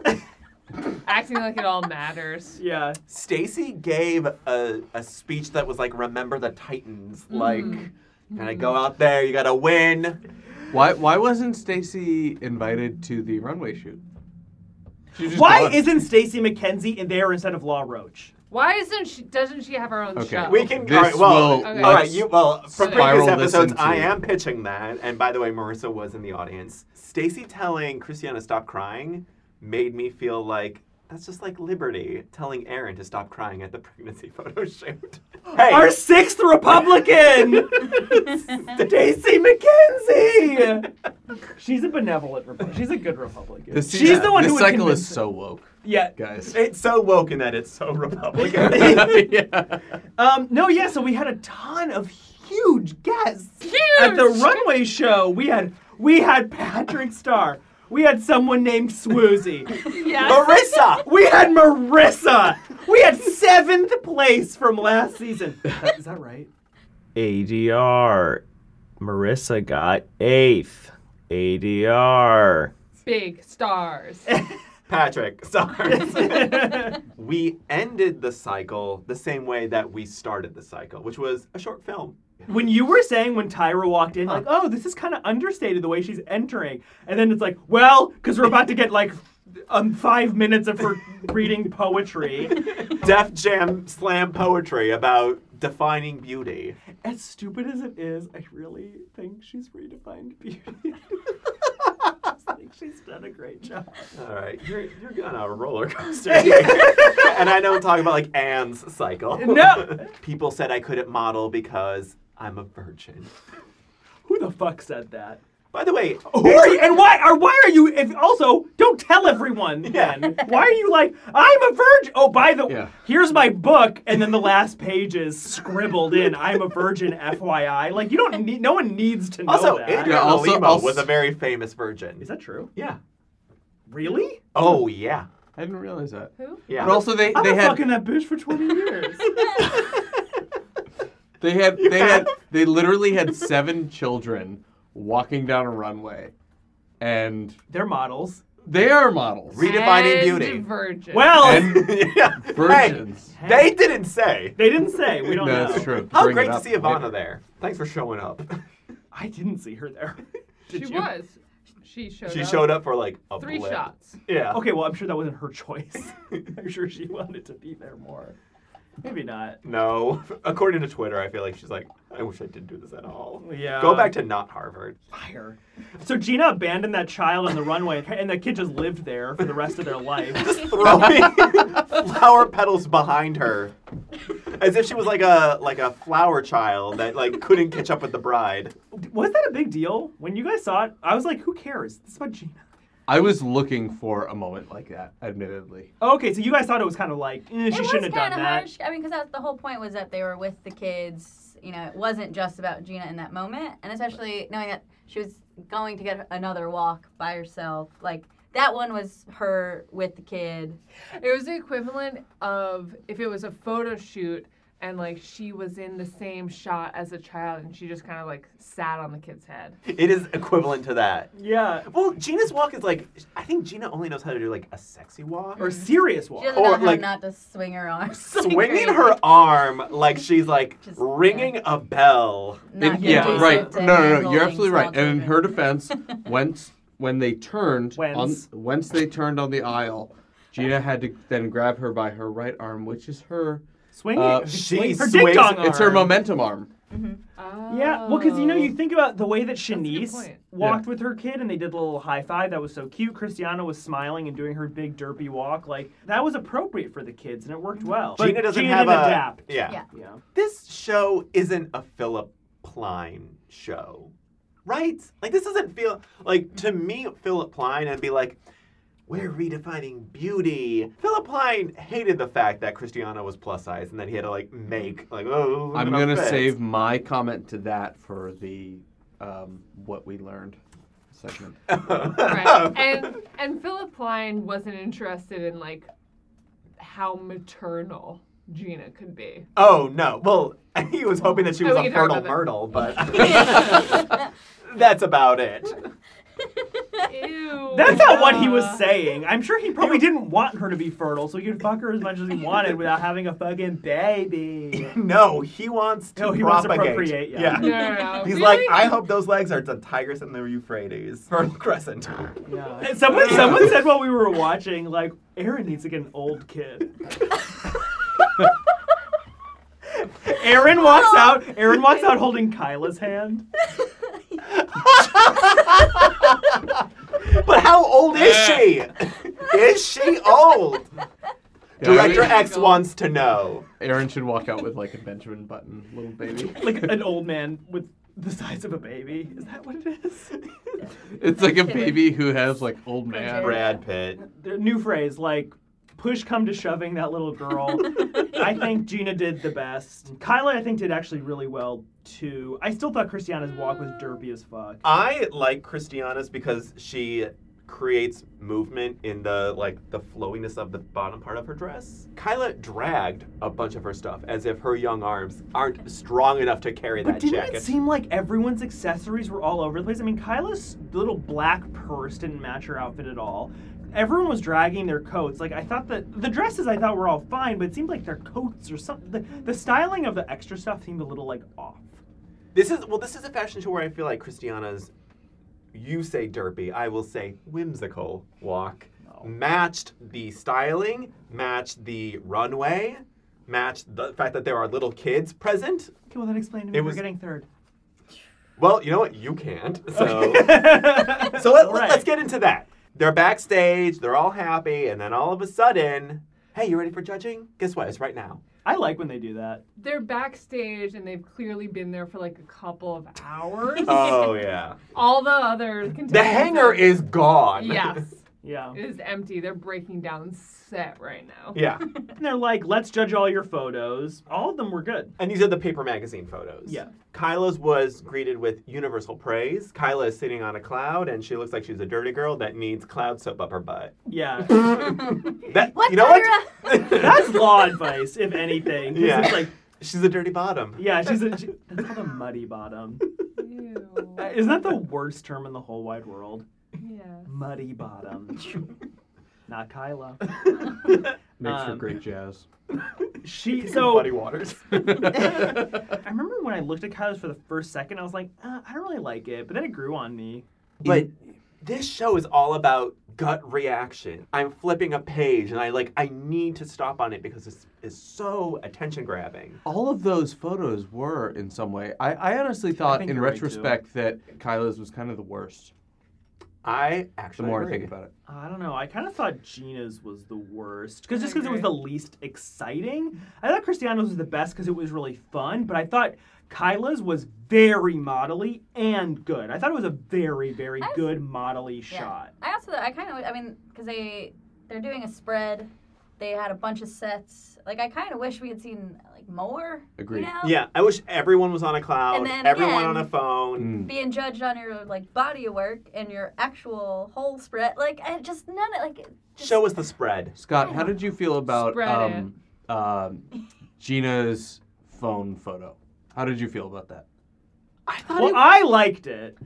S9: yeah. Acting like it all matters.
S2: Yeah.
S1: Stacy gave a, a speech that was like, remember the Titans.
S2: Mm-hmm.
S1: Like, gotta go out there, you gotta win.
S8: Why why wasn't Stacy invited to the runway shoot? She was just
S2: Why
S8: gone.
S2: isn't Stacey McKenzie in there instead of Law Roach?
S9: Why isn't she? Doesn't she have her own
S8: Okay.
S9: show?
S1: We can,
S8: This
S1: all right, well,
S8: will-
S9: Okay.
S1: all right, you, well, from
S8: Spiral
S1: previous
S8: this
S1: episodes,
S8: into-
S1: I am pitching that. And by the way, Marissa was in the audience. Stacy telling Christiana stop crying made me feel like that's just like Liberty telling Aaron to stop crying at the pregnancy photo shoot. hey,
S2: Our sixth Republican, Stacey McKenzie. She's a benevolent Republican. She's a good Republican.
S8: This
S2: She's the one
S8: this
S2: who would
S8: cycle
S2: convince
S8: is so woke,
S2: Yeah.
S8: guys.
S1: it's so woke in that it's so Republican.
S8: yeah.
S2: Um, no, yeah, so we had a ton of huge guests at the runway show. We had we had Patrick Starr. We had someone named Swoozy.
S1: Marissa!
S2: we had Marissa. We had seventh place from last season. Is that right? ADR. Marissa got eighth. ADR.
S9: Big stars.
S1: Patrick, stars. we ended the cycle the same way that we started the cycle, which was a short film.
S2: When you were saying when Tyra walked in, like, oh, this is kind of understated the way she's entering. And then it's like, well, because we're about to get like um, five minutes of her reading poetry.
S1: Def Jam slam poetry about defining beauty.
S2: As stupid as it is, I really think she's redefined beauty. I just think she's done a great job.
S1: All right, you're, you're on a roller coaster. and I don't talk about like Anne's cycle.
S2: No.
S1: People said I couldn't model because I'm a virgin.
S2: Who the fuck said that?
S1: By the way,
S2: Who are you, and why are why are you? If also, don't tell everyone. Then why are you like I'm a virgin? Oh, by the
S8: Yeah.
S2: here's my book, and then the last page is scribbled in. I'm a virgin, FYI. Like you don't need. No one needs to know
S1: Also,
S2: that. Is
S1: Adriana
S8: Yeah, also-
S1: Lima
S8: also-
S1: was a very famous virgin.
S2: that true?
S1: Yeah.
S2: Really?
S1: Oh, yeah.
S8: I didn't realize that.
S1: Yeah.
S8: But also they
S2: I've
S8: they
S2: been
S8: had
S2: fucking that bitch for 20 years.
S8: they had they had they literally had seven children walking down a runway, and
S2: They're models.
S8: they are models.
S1: Redefining
S9: And
S1: beauty.
S9: Virgin.
S2: Well,
S8: And
S1: yeah.
S8: virgins.
S1: Hey, they didn't say.
S2: they didn't say. We don't know.
S8: no, that's true.
S1: Oh,
S8: Bring it
S1: great to
S8: up.
S1: see Ivana there. Thanks for showing up.
S2: I didn't see her there.
S9: she
S2: Did you?
S9: was. She showed
S1: she
S9: up.
S1: showed up for like a
S9: Three
S1: blip.
S9: shots.
S1: Yeah.
S8: Oh.
S2: Okay, well, I'm sure that wasn't her choice. I'm sure she wanted to be there more. Maybe not.
S1: No. According to Twitter, I feel like she's like, I wish I didn't do this at all.
S2: Yeah.
S1: Go back to not Harvard.
S2: Fire. So Gina abandoned that child on the runway, and the kid just lived there for the rest of their life.
S1: Throwing flower petals behind her. As if she was like a like a flower child that like couldn't catch up with the bride.
S2: Was that a big deal? When you guys saw it, I was like, who cares? This is about Gina.
S8: I was looking for a moment like that, admittedly.
S2: Okay, so you guys thought it was kind of like, eh, she
S3: it
S2: shouldn't have
S3: was kind
S2: done
S3: of
S2: that.
S3: harsh. I mean, because the whole point was that they were with the kids. You know, it wasn't just about Gina in that moment, and especially knowing that she was going to get another walk by herself. Like that one was her with the kid.
S9: It was the equivalent of if it was a photo shoot and like she was in the same shot as a child and she just kind of like sat on the kid's head.
S1: It is equivalent to that.
S2: Yeah.
S1: Well, Gina's walk is like I think Gina only knows how to do like a sexy walk.
S2: Or serious
S3: She
S2: walk.
S3: doesn't
S1: Or,
S3: know how
S1: like,
S3: not to swing her arms.
S1: swinging her arm like she's like
S3: Just, yeah.
S1: ringing a bell.
S3: Not
S8: In-
S3: conducive
S8: yeah, right.
S3: to
S8: No, no, no.
S3: handling
S8: You're absolutely right.
S3: small
S8: And in
S3: children.
S8: her defense, once when they turned
S2: Whence.
S8: on once they turned on the aisle, Gina had to then grab her by her right arm, which is her
S2: Swinging.
S8: Uh,
S1: she
S2: her
S1: swings-
S2: ding dong arm.
S8: it's her momentum arm.
S2: Yeah, well, because you know, you think about the way that
S9: Oh. a good
S2: Shanice
S9: point.
S2: walked with her kid, and they did a little high five. That was so cute. Christiana was smiling and doing her big derpy walk. Like that was appropriate for the kids, and it
S9: Mm-hmm.
S2: worked well. But
S1: Gina doesn't have
S2: didn't
S1: a
S2: adapt.
S1: Yeah.
S3: Yeah.
S2: Yeah.
S1: This show isn't a Philip Klein show. Right? Like this doesn't feel like to me Philip Klein and be like we're redefining beauty. Philip Klein hated the fact that Christiana was plus size and that he had to like make like oh
S8: I'm
S1: gonna
S8: gonna
S1: fit.
S8: save my comment to that for the um, what we learned segment.
S9: Right. and and Philip Klein wasn't interested in like how maternal Gina could be.
S1: Oh no! Well, he was hoping that she
S9: Oh,
S1: was
S9: we
S1: a
S9: can talk
S1: fertile
S9: about that.
S1: myrtle, but that's about it.
S9: Ew.
S2: That's not what he was
S9: Uh.
S2: saying. I'm sure he probably didn't want her to be fertile, so he could fuck her as much as he wanted without having a fucking baby.
S1: No, he wants to
S2: No, he wants to
S1: propagate.
S2: procreate, yeah.
S9: No, no, no.
S1: He's
S9: Really?
S1: like, I hope those legs are the Tigris and the Euphrates. Fertile Crescent.
S2: Yeah. Someone, someone said while we were watching, like, Aaron needs to get an old kid. Aaron walks out. Aaron walks out holding Kyla's hand.
S1: But how old is she? is she old? Director
S8: Aaron,
S1: X wants to know.
S8: Aaron should walk out with like a Benjamin Button little baby.
S2: Like an old man with the size of a baby. Is that what it is?
S8: It's like a baby who has like old man.
S1: Brad Pitt.
S2: The New phrase, like, push come to shoving that little girl. I think Gina did the best. Kyla, I think, did actually really well, too. I still thought Christiana's walk was derpy as fuck.
S1: I like Christiana's because she creates movement in the like the flowiness of the bottom part of her dress. Kyla dragged a bunch of her stuff as if her young arms aren't strong enough to carry
S2: But
S1: that
S2: didn't
S1: jacket.
S2: it seem like everyone's accessories were all over the place? I mean, Kyla's little black purse didn't match her outfit at all. Everyone was dragging their coats. Like I thought that the dresses I thought were all fine, but it seemed like their coats or something. The, the styling of the extra stuff seemed a little like off.
S1: this is well, this is a fashion show where I feel like Christiana's you say derpy, I will say whimsical walk. Matched the styling, matched the runway, matched the fact that there are little kids present.
S2: Okay, well that explained to me
S1: It
S2: we're
S1: was-
S2: getting third.
S1: Well, you know what? You can't. So, so let,
S2: Alright.
S1: us get into that. They're backstage. They're all happy, and then all of a sudden, hey, you ready for judging? Guess what? It's right now.
S2: I like when they do that.
S9: They're backstage and they've clearly been there for like a couple of hours.
S2: Uh,
S1: Oh yeah.
S9: All the other contestants.
S1: The hanger is gone.
S9: Yes.
S2: Yeah.
S9: It is empty. They're breaking down set right now.
S1: yeah.
S2: And they're like, let's judge all your photos. All of them were good.
S1: And these are the paper magazine photos.
S2: Yeah.
S1: Kyla's was greeted with universal praise. Kyla is sitting on a cloud, and she looks like she's a dirty girl that needs cloud soap up her butt.
S2: Yeah.
S1: That
S3: What
S1: you know
S3: color
S1: what?
S2: That's law advice, if anything. 'Cause
S1: Yeah.
S2: It's like,
S1: she's a dirty bottom.
S2: yeah, she's a, she, that's called a muddy bottom.
S9: Ew.
S2: Uh, Isn't that the worst term in the whole wide world?
S9: Yeah.
S2: Muddy bottom. Not Kyla.
S8: Makes for
S2: Um,
S8: great jazz.
S2: She
S1: So,
S2: so
S1: Muddy waters.
S2: I remember when I looked at Kyla's for the first second, I was like, uh, I don't really like it, but then it grew on me.
S1: But this show is all about gut reaction. I'm flipping a page and I like I need to stop on it because this is so attention grabbing.
S8: all of those photos were in some way. I, I honestly thought
S2: think
S8: in
S2: you're right, too.
S8: retrospect that Kyla's was kind of the worst.
S1: I
S8: The
S1: actually
S8: more I
S1: agree.
S8: think about it.
S2: I don't know. I kind of thought Gina's was the worst because just
S9: I
S2: because it was
S9: agree.
S2: the least exciting. I thought Christiana's was the best because it was really fun, but I thought Kyla's was very modelly and good. I thought it was a very very
S3: I-
S2: good modelly
S3: Yeah.
S2: shot.
S3: I also I kind of I mean because they they're doing a spread. They had a bunch of sets. Like I kind of wish we had seen like more.
S8: Agreed.
S3: You know?
S1: Yeah, I wish everyone was on a cloud,
S3: And then
S1: everyone
S3: again-
S1: on a phone.
S8: Mm.
S3: Being judged on your like body of work and your actual whole spread. Like I just none of like. Just,
S1: Show us the spread.
S8: Scott, how did you feel about
S9: Spread
S8: um, um, Gina's phone photo. How did you feel about that?
S2: Well, I liked it.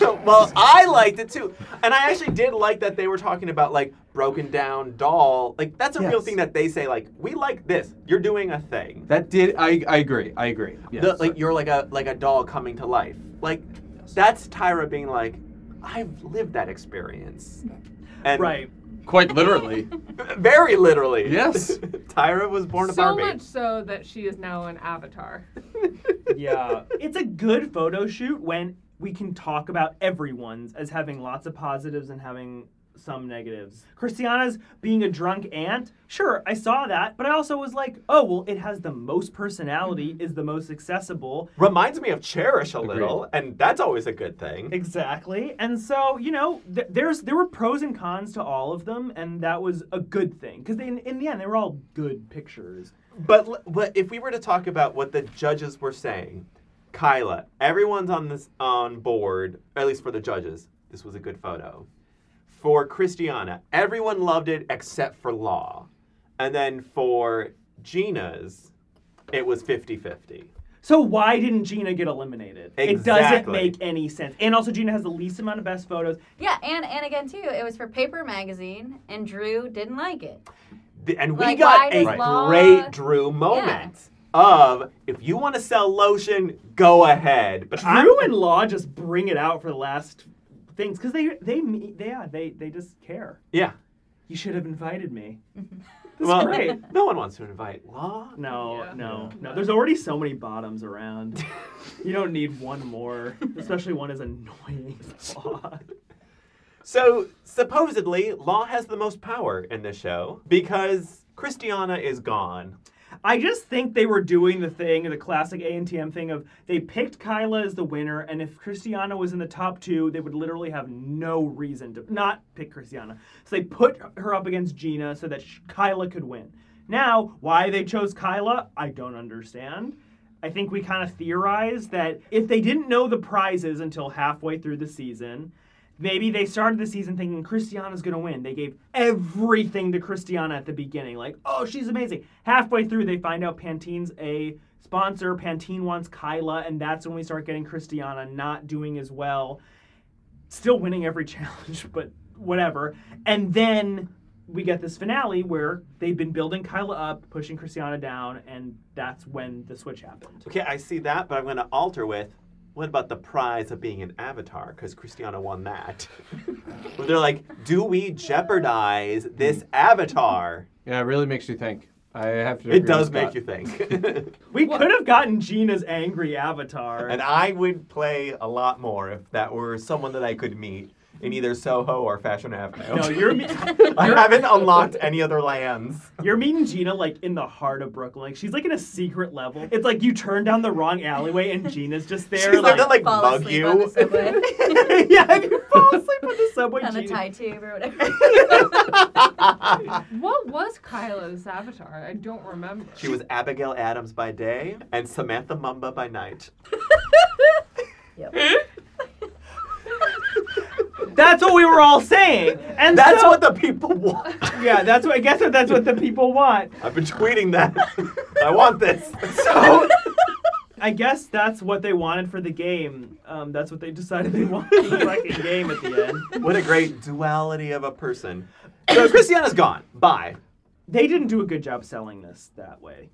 S1: well, I liked it too, and I actually did like that they were talking about like broken down doll. Like that's a real
S8: Yes.
S1: thing that they say. Like we like this. You're doing a thing.
S8: That did I I agree. I agree. Yes.
S1: The- like you're like a like a doll coming to life. Like that's Tyra being like, I've lived that experience. And
S2: Right.
S8: Quite literally.
S1: Very literally.
S8: Yes.
S1: Tyra was born a
S9: So
S1: Barbie.
S9: much so that she is now an avatar.
S2: Yeah. It's a good photo shoot when we can talk about everyone's as having lots of positives and having some negatives. Christiana's being a drunk aunt. Sure, I saw that, but I also was like, oh, well, it has the most personality, is the most accessible.
S1: Reminds me of Cherish a little, and that's always a good thing.
S2: Exactly. And so, you know, th- there's there were pros and cons to all of them, and that was a good thing because in, in the end they were all good pictures.
S1: But l- but if we were to talk about what the judges were saying, Kyla, everyone's on this on board, at least for the judges. This was a good photo. For Christiana, everyone loved it except for Law. And then for Gina's, it was 50-50.
S2: So why didn't Gina get eliminated? It doesn't
S1: Exactly.
S2: make any sense. And also Gina has the least amount of best photos.
S3: Yeah, and and again too, it was for Paper Magazine, and Drew didn't like it.
S1: Th- And we
S3: Like,
S1: got
S3: why
S1: a
S3: does Law-
S1: great Drew moment of if you want to sell lotion, go ahead. But I'm-
S2: Drew and Law just bring it out for the last things because they they me- yeah they they just care.
S1: yeah.
S2: You should have invited me. That's
S1: Well,
S2: great.
S1: no one wants to invite Law.
S2: No,
S9: Yeah.
S2: no, no. There's already so many bottoms around. you don't need one more, especially one as annoying as Law.
S1: So supposedly, Law has the most power in this show because Christiana is gone.
S2: I just think they were doing the thing, the classic A&TM thing of they picked Kyla as the winner, and if Christiana was in the top two, they would literally have no reason to not pick Christiana. So they put her up against Gina so that sh- Kyla could win. Now, why they chose Kyla, I don't understand. I think we kind of theorized that if they didn't know the prizes until halfway through the season, Maybe they started the season thinking Christiana's going to win. They gave everything to Christiana at the beginning. Like, oh, she's amazing. Halfway through, they find out Pantene's a sponsor. Pantene wants Kyla, and that's when we start getting Christiana not doing as well. Still winning every challenge, but whatever. And then we get this finale where they've been building Kyla up, pushing Christiana down, and that's when the switch happened.
S1: Okay, I see that, but I'm going to alter with, what about the prize of being an avatar? Because Christiana won that. Where they're like, do we jeopardize this avatar?
S8: yeah, it really makes you think. I have to agree
S1: It does
S8: with
S1: make
S8: Scott.
S1: you think.
S2: We could have gotten Gina's angry avatar.
S1: and I would play a lot more if that were someone that I could meet in either Soho or Fashion Avenue.
S2: no, you're. me-
S1: I haven't unlocked any other lands.
S2: You're meeting Gina like in the heart of Brooklyn. Like she's like in a secret level. It's like you turn down the wrong alleyway and Gina's just there.
S1: She's like, that,
S2: like,
S1: like
S3: Fall
S1: bug
S3: asleep
S1: you.
S3: on the subway,
S2: yeah, if you fall asleep on the subway,
S3: on the
S2: Gina-
S3: tie tube or whatever.
S9: What was Kyla's avatar? I don't remember.
S1: She was Abigail Adams by day and Samantha Mumba by night.
S2: That's what we were all saying, and
S1: That's
S2: so-
S1: what the people want.
S2: Yeah, that's what I guess. What, that's what the people want.
S1: I've been tweeting that. I want this.
S2: So. I guess that's what they wanted for the game. Um, that's what they decided they wanted for the fucking game at the end.
S1: What a great duality of a person. So Christiana's gone. Bye.
S2: They didn't do a good job selling this that way,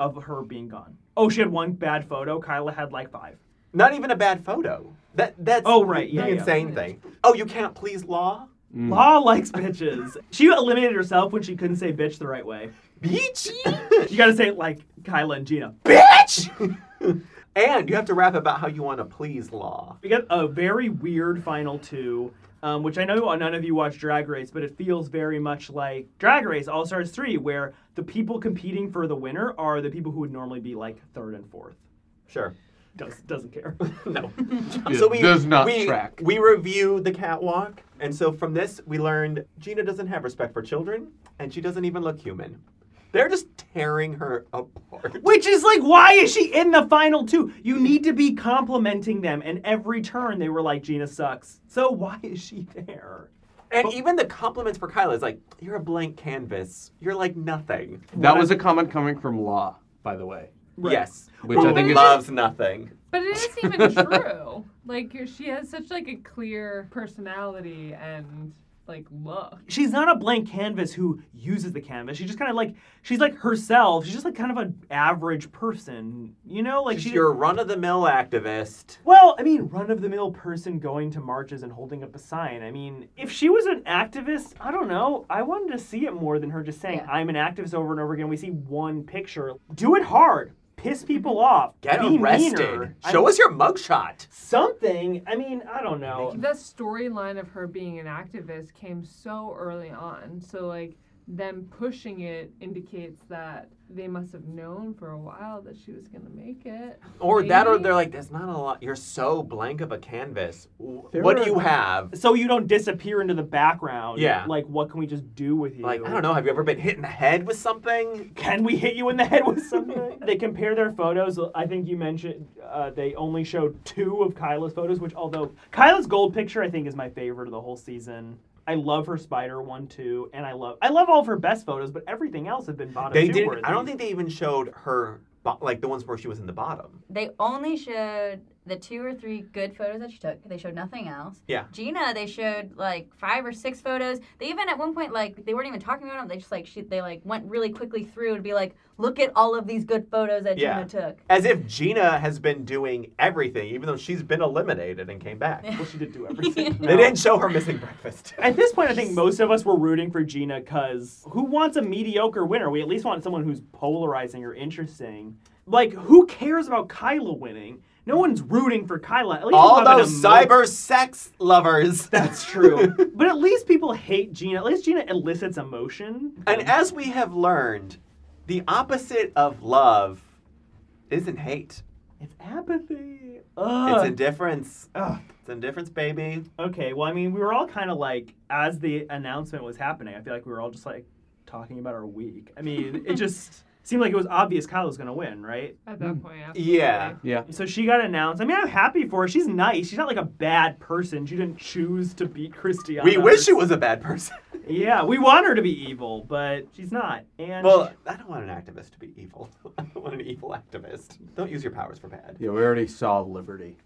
S2: of her being gone. Oh, she had one bad photo. Kyla had like five.
S1: Not even a bad photo. That that's
S2: Oh, right, yeah,
S1: the
S2: yeah.
S1: insane thing. Oh, you can't please law?
S2: Law likes bitches. She eliminated herself when she couldn't say bitch the right way.
S1: Beach?
S2: You gotta say it like Kyla and Gina.
S1: Bitch! and you have to rap about how you want to please law.
S2: We got a very weird final two, um, which I know none of you watch Drag Race, but it feels very much like Drag Race All Stars 3, where the people competing for the winner are the people who would normally be like third and fourth.
S1: Sure.
S2: Does, doesn't care.
S1: No.
S8: Yeah, does not
S1: we,
S8: track.
S1: We review the catwalk, and so from this we learned Gina doesn't have respect for children, and she doesn't even look human. They're just tearing her apart.
S2: Which is like, why is she in the final two? You need to be complimenting them. And every turn they were like, Gina sucks. So why is she there?
S1: And even the compliments for Kyla is like, "You're a blank canvas. You're like nothing."
S8: That was a comment coming from Law, by the way.
S1: Yes.
S8: Which
S1: Who
S8: I think is-
S1: loves nothing.
S9: But it isn't even true. Like she has such like a clear personality and like look.
S2: She's not a blank canvas who uses the canvas. She just kind of like she's like herself. She's just like kind of an average person, you know? Like
S1: She's
S2: she
S1: your run of the mill activist.
S2: Well, I mean, run of the mill person going to marches and holding up a sign. I mean, if she was an activist, I don't know. I wanted to see it more than her just saying, I'm an activist over and over again. We see one picture. Do it hard. Piss people off.
S1: Get
S2: Be
S1: arrested.
S2: meaner.
S1: Show
S2: I-
S1: us your mugshot.
S2: something. I mean, I don't know.
S9: The storyline of her being an activist came so early on. So like them pushing it indicates that they must have known for a while that she was gonna make it.
S1: Or that, or
S9: Maybe.
S1: they're like, there's not a lot. You're so blank of a canvas. W-
S8: There
S1: what
S8: are-
S1: do you have?
S2: So you don't disappear into the background.
S1: Yeah.
S2: Like, what can we just do with you?
S1: Like, I don't know. Have you ever been hit in the head with something?
S2: Can we hit you in the head with something? they compare their photos. I think you mentioned uh, they only showed two of Kyla's photos, which, although Kyla's gold picture, I think is my favorite of the whole season. I love her spider one too, and I love I love all of her best photos, but everything else have been bottom
S1: They
S2: two
S1: did.
S2: worthy.
S1: I don't think they even showed her, bo- like the ones where she was in the bottom.
S3: They only showed the two or three good photos that she took. They showed nothing else.
S1: Yeah.
S3: Gina, they showed like five or six photos. They even at one point like they weren't even talking about them. They just like she they like went really quickly through to be like, look at all of these good photos that
S1: Yeah.
S3: Gina took.
S1: As if Gina has been doing everything, even though she's been eliminated and came back.
S2: Well, she did do everything.
S1: They didn't show her missing breakfast.
S2: At this point, I think most of us were rooting for Gina because who wants a mediocre winner? We at least want someone who's polarizing or interesting. Like, who cares about Kyla winning? No one's rooting for Kyla. At least
S1: All
S2: we'll have an
S1: those
S2: emo-
S1: cyber sex lovers.
S2: That's true. but at least people hate Gina. At least Gina elicits emotion.
S1: And as we have learned, the opposite of love isn't hate.
S2: It's apathy.
S1: It's
S2: Ugh.
S1: indifference.
S2: Ugh.
S1: It's indifference, baby.
S2: Okay, well, I mean, we were all kind of like, as the announcement was happening, I feel like we were all just like talking about our week. I mean, it just seemed like it was obvious Kyla was going to win, right?
S9: At
S1: "Hmm,
S9: that point, absolutely.
S1: Yeah.
S8: Yeah.
S2: So she got announced. I mean, I'm happy for her. She's nice. She's not like a bad person. She didn't choose to beat Christiana.
S1: We wish she was a bad person.
S2: Yeah, we want her to be evil, but she's not. And
S1: Well, I don't want an activist to be evil. I don't want an evil activist. Don't use your powers for bad.
S8: Yeah, we already saw Liberty.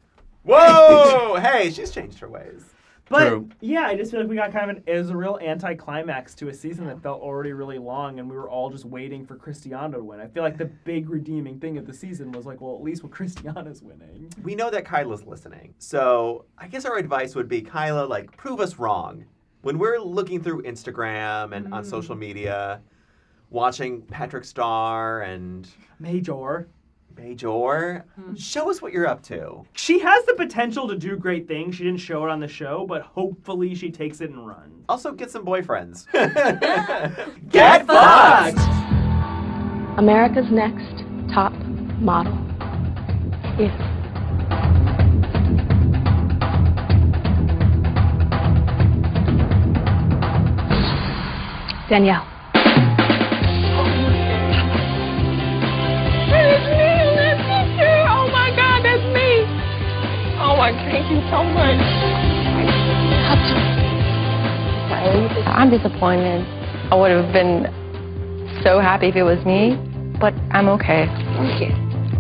S1: Whoa! hey, she's changed her ways.
S2: but
S8: True.
S2: yeah, I just feel like we got kind of an it was a real anticlimax to a season that felt already really long, and we were all just waiting for Cristiano to win. I feel like the big redeeming thing of the season was like, well, at least well, Cristiano's winning.
S1: We know that Kyla's listening. So I guess our advice would be Kyla, like, prove us wrong. When we're looking through Instagram and on social media, watching Patrick Starr and
S2: Major.
S1: Major, show us what you're up to.
S2: She has the potential to do great things. She didn't show it on the show, but hopefully she takes it and runs.
S1: Also, get some boyfriends.
S2: Get fucked!
S5: America's Next Top Model is. Danielle.
S6: It's me in that picture. Oh my God, that's me. Oh my, thank you so much.
S10: I'm disappointed. I would have been so happy if it was me, but I'm okay.
S5: Work it.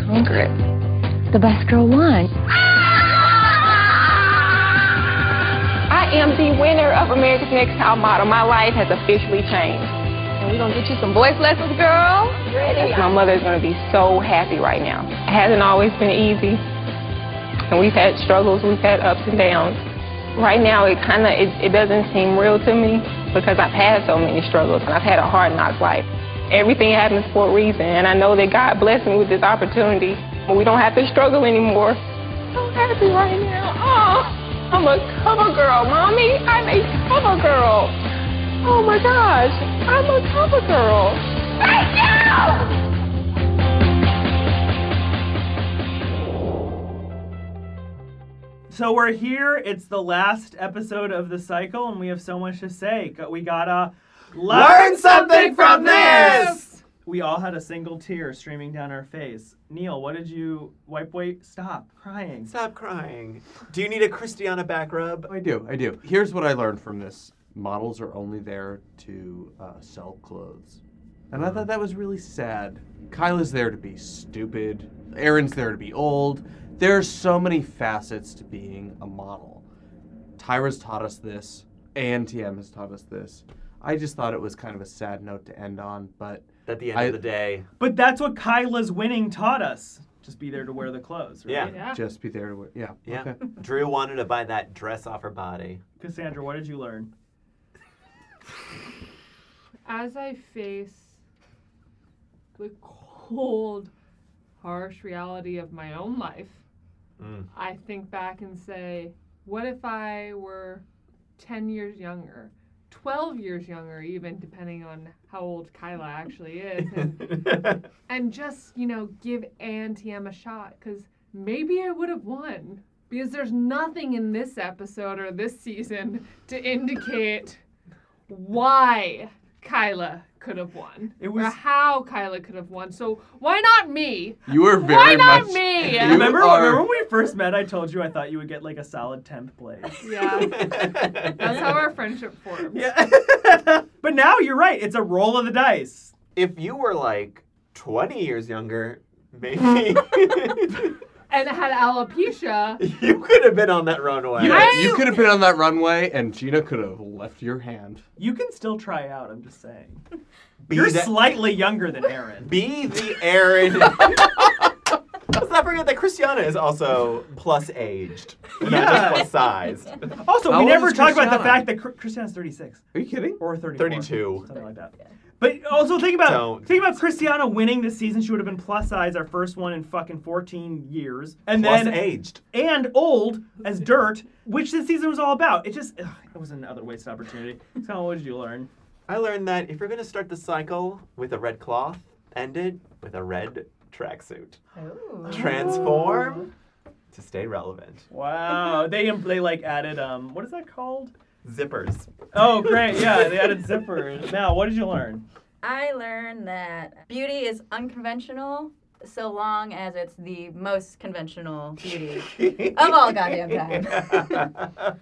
S10: Conquer it. The best girl won.
S5: I am the winner of America's Next Top Model. My life has officially changed. And we're going to get you some voice lessons, girl. Ready. My mother is going to be so happy right now. It hasn't always been easy. And we've had struggles, we've had ups and downs. Right now, it kind of, it, it doesn't seem real to me because I've had so many struggles and I've had a hard knock life. Everything happens for a reason, and I know that God blessed me with this opportunity. We don't have to struggle anymore. I'm so happy right now. Oh. I'm a cover girl, mommy. I'm a cover girl. Oh my gosh, I'm a cover girl. Thank you!
S2: So we're here. It's the last episode of the cycle, and we have so much to say. Got- We gotta
S1: Learn something from this!
S2: We all had a single tear streaming down our face. Neil, what did you wipe? Wait, stop crying.
S1: Stop crying. Do you need a Christiana back rub?
S8: I do. I do. Here's what I learned from this models are only there to uh, sell clothes. And I thought that was really sad. Kyla's there to be stupid. Aaron's there to be old. There are so many facets to being a model. Tyra's taught us this. ANTM has taught us this. I just thought it was kind of a sad note to end on, but
S11: at the end
S8: I,
S11: of the day,
S2: But that's what Kyla's winning taught us. Just be there to wear the clothes, right?
S11: Yeah. Yeah.
S8: just be there to wear. Yeah.
S11: yeah.
S8: Okay.
S11: Drew wanted to buy that dress off her body.
S2: Cassandra, what did you learn?
S9: As I face the cold, harsh reality of my own life,
S11: Mm.
S9: I think back and say, what if I were 10 years younger, 12 years younger, even depending on how old Kyla actually is, and, and just, you know, give ANTM a shot? Because maybe I would have won. Because there's nothing in this episode or this season to indicate why Kyla could have won
S2: It
S9: or
S2: was-
S9: how Kyla could have won. So why not me?
S8: You were very
S9: Why not
S8: much.
S9: me?
S8: you
S2: remember,
S8: are-
S2: remember when we first met? I told you I thought you would get like a solid tenth place.
S9: Yeah. That's how our friendship formed.
S2: Yeah. but now you're right. It's a roll of the dice.
S11: If you were like 20 years younger, maybe
S9: And I had alopecia.
S11: you could have been on that runway.
S8: You,
S9: I-
S8: you could have been on that runway, and Gina could have left your hand.
S2: You can still try out. I'm just saying.
S11: Be
S2: You're
S11: that-
S2: slightly younger than Aaron.
S11: Be the Aaron. Let's not forget that Christiana is also plus aged, not
S2: Yeah.
S11: just plus sized.
S2: Also,
S8: How
S2: we
S8: old
S2: never
S8: is
S2: talked about the
S8: Christiana?
S2: fact that Cr- Christiana's 36
S8: Are you kidding?
S2: or 34,
S11: 32.
S2: something like that. But also think about
S11: Don't.
S2: think about Christiana winning this season. She would have been plus size, our first one in fucking 14 years, and
S11: Plus
S2: then
S11: aged.
S2: and old as dirt, which this season was all about. It just ugh, it was another wasted opportunity. So what did you learn?
S11: I learned that if you're going to start the cycle with a red cloth, end it with a red tracksuit. Transform to stay relevant.
S2: Wow, they im- they like added um what is that called?
S11: Zippers.
S2: Oh great, yeah, they added zippers. Now what did you learn?
S3: I learned that beauty is unconventional so long as it's the most conventional beauty of all goddamn time.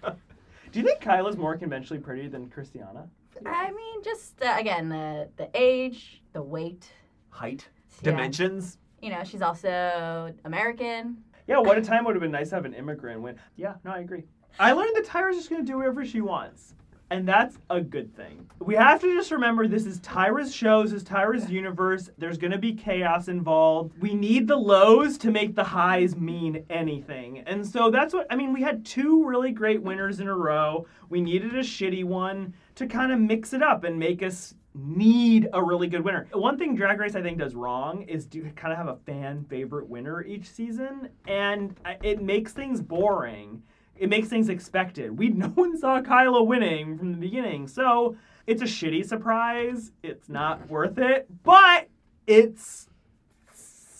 S2: Do you think Kyla's more conventionally pretty than Christiana?
S3: I mean, just uh, again the the age, the weight.
S11: Height.
S3: Yeah.
S11: Dimensions.
S3: You know, she's also American.
S2: Yeah, what a time would have been nice to have an immigrant win. Yeah, no, I agree. I learned that Tyra's just gonna do whatever she wants. And that's a good thing. We have to just remember this is Tyra's show, this is Tyra's universe. There's gonna be chaos involved. We need the lows to make the highs mean anything. And so that's what I mean, we had two really great winners in a row. We needed a shitty one to kind of mix it up and make us need a really good winner. One thing Drag Race I think does wrong is do kind of have a fan favorite winner each season, and I- it makes things boring. It makes things expected. We no one saw Kyla winning from the beginning, so it's a shitty surprise. It's not worth it, but it's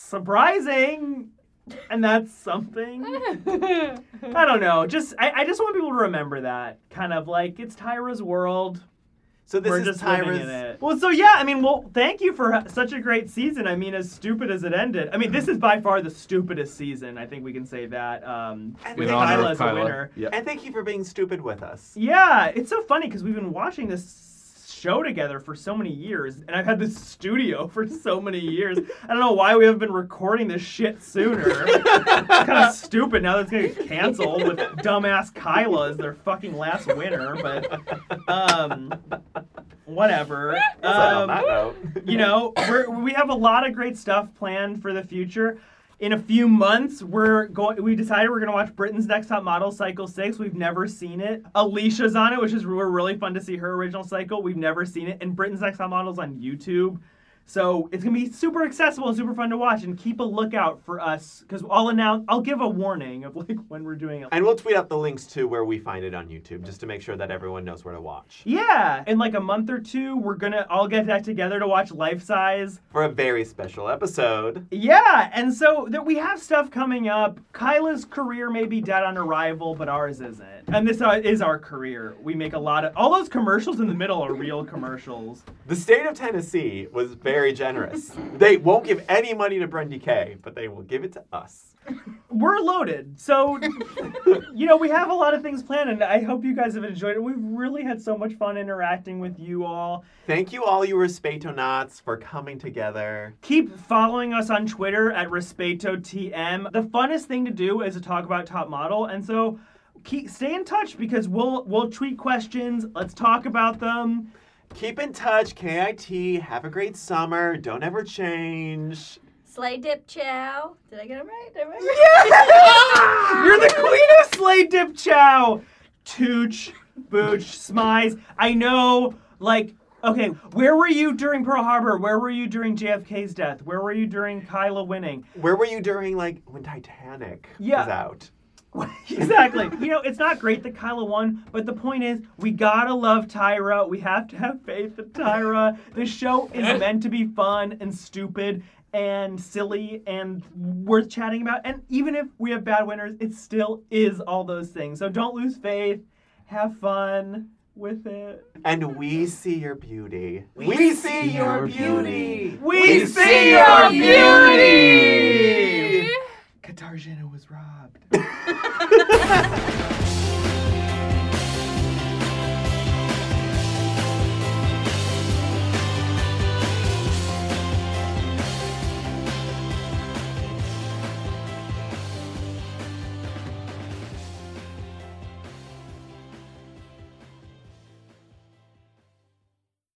S2: surprising, and that's something. I don't know. Just I, I just want people to remember that kind of like it's Tyra's world.
S11: So this
S2: We're
S11: is
S2: just living in
S11: Tyra's.
S2: it. Well, so yeah, I mean, well, thank you for ha- such a great season. I mean, as stupid as it ended, I mean, this is by far the stupidest season. I think we can say that. Um,
S11: And
S2: with
S11: In honor
S2: Kyla
S11: of
S2: as a winner.
S8: Yep.
S11: And thank you for being stupid with us.
S2: Yeah, it's so funny because we've been watching this show together for so many years, and I've had this studio for so many years. I don't know why we haven't been recording this shit sooner. it's kind of stupid now that it's gonna get canceled with dumbass Kyla as their fucking last winner, but um, whatever.
S11: So on
S2: Um,
S11: that note,
S2: you know, we're, we have a lot of great stuff planned for the future. In a few months, we're going. We decided we're going to watch Britain's Next Top Model Cycle Six. We've never seen it. Alicia's on it, which is we're really fun to see her original cycle. We've never seen it, and Britain's Next Top Model's on YouTube, so it's going to be super accessible and super fun to watch. And keep a lookout for us because I'll announce. I'll give a warning of like when we're doing it.
S11: and we'll tweet out the links to where we find it on YouTube just to make sure that everyone knows where to watch.
S2: Yeah, in like a month or two, we're gonna all get back together to watch Life Size.
S11: For a very special episode.
S2: Yeah, and so that we have stuff coming up. Kyla's career may be dead on arrival, but ours isn't. And this uh, is our career. We make a lot of all those commercials in the middle are real commercials.
S11: The state of Tennessee was
S1: very generous. They won't give any money to Brendy K, but they will give it to us.
S2: We're loaded. So, you know, we have a lot of things planned, and I hope you guys have enjoyed it. We've really had so much fun interacting with you all.
S1: Thank you, all you Respetonauts, for coming together.
S2: Keep following us on Twitter at RespetoTM. The funnest thing to do is to talk about Top Model, and so keep stay in touch because we'll we'll tweet questions. Let's talk about them.
S1: Keep in touch, KIT. Have a great summer. Don't ever change.
S3: Slay dip chow. Did I get him right? Did I remember?
S2: Yes! You're the queen of Slay Dip Chow. Tooch, Booch, Smize. I know, like, okay, where were you during Pearl Harbor? Where were you during JFK's death? Where were you during Kyla winning?
S1: Where were you during, like, when Titanic
S2: Yeah.
S1: was out?
S2: exactly. You know, it's not great that Kyla won, but the point is, we gotta love Tyra. We have to have faith in Tyra. This show is meant to be fun and stupid and silly and worth chatting about. And even if we have bad winners, it still is all those things. So don't lose faith. Have fun with it.
S1: And we see your beauty.
S2: We
S1: We
S2: see
S1: see your
S2: your
S1: beauty.
S2: We see your beauty.
S1: beauty.
S2: Katarzyna was robbed.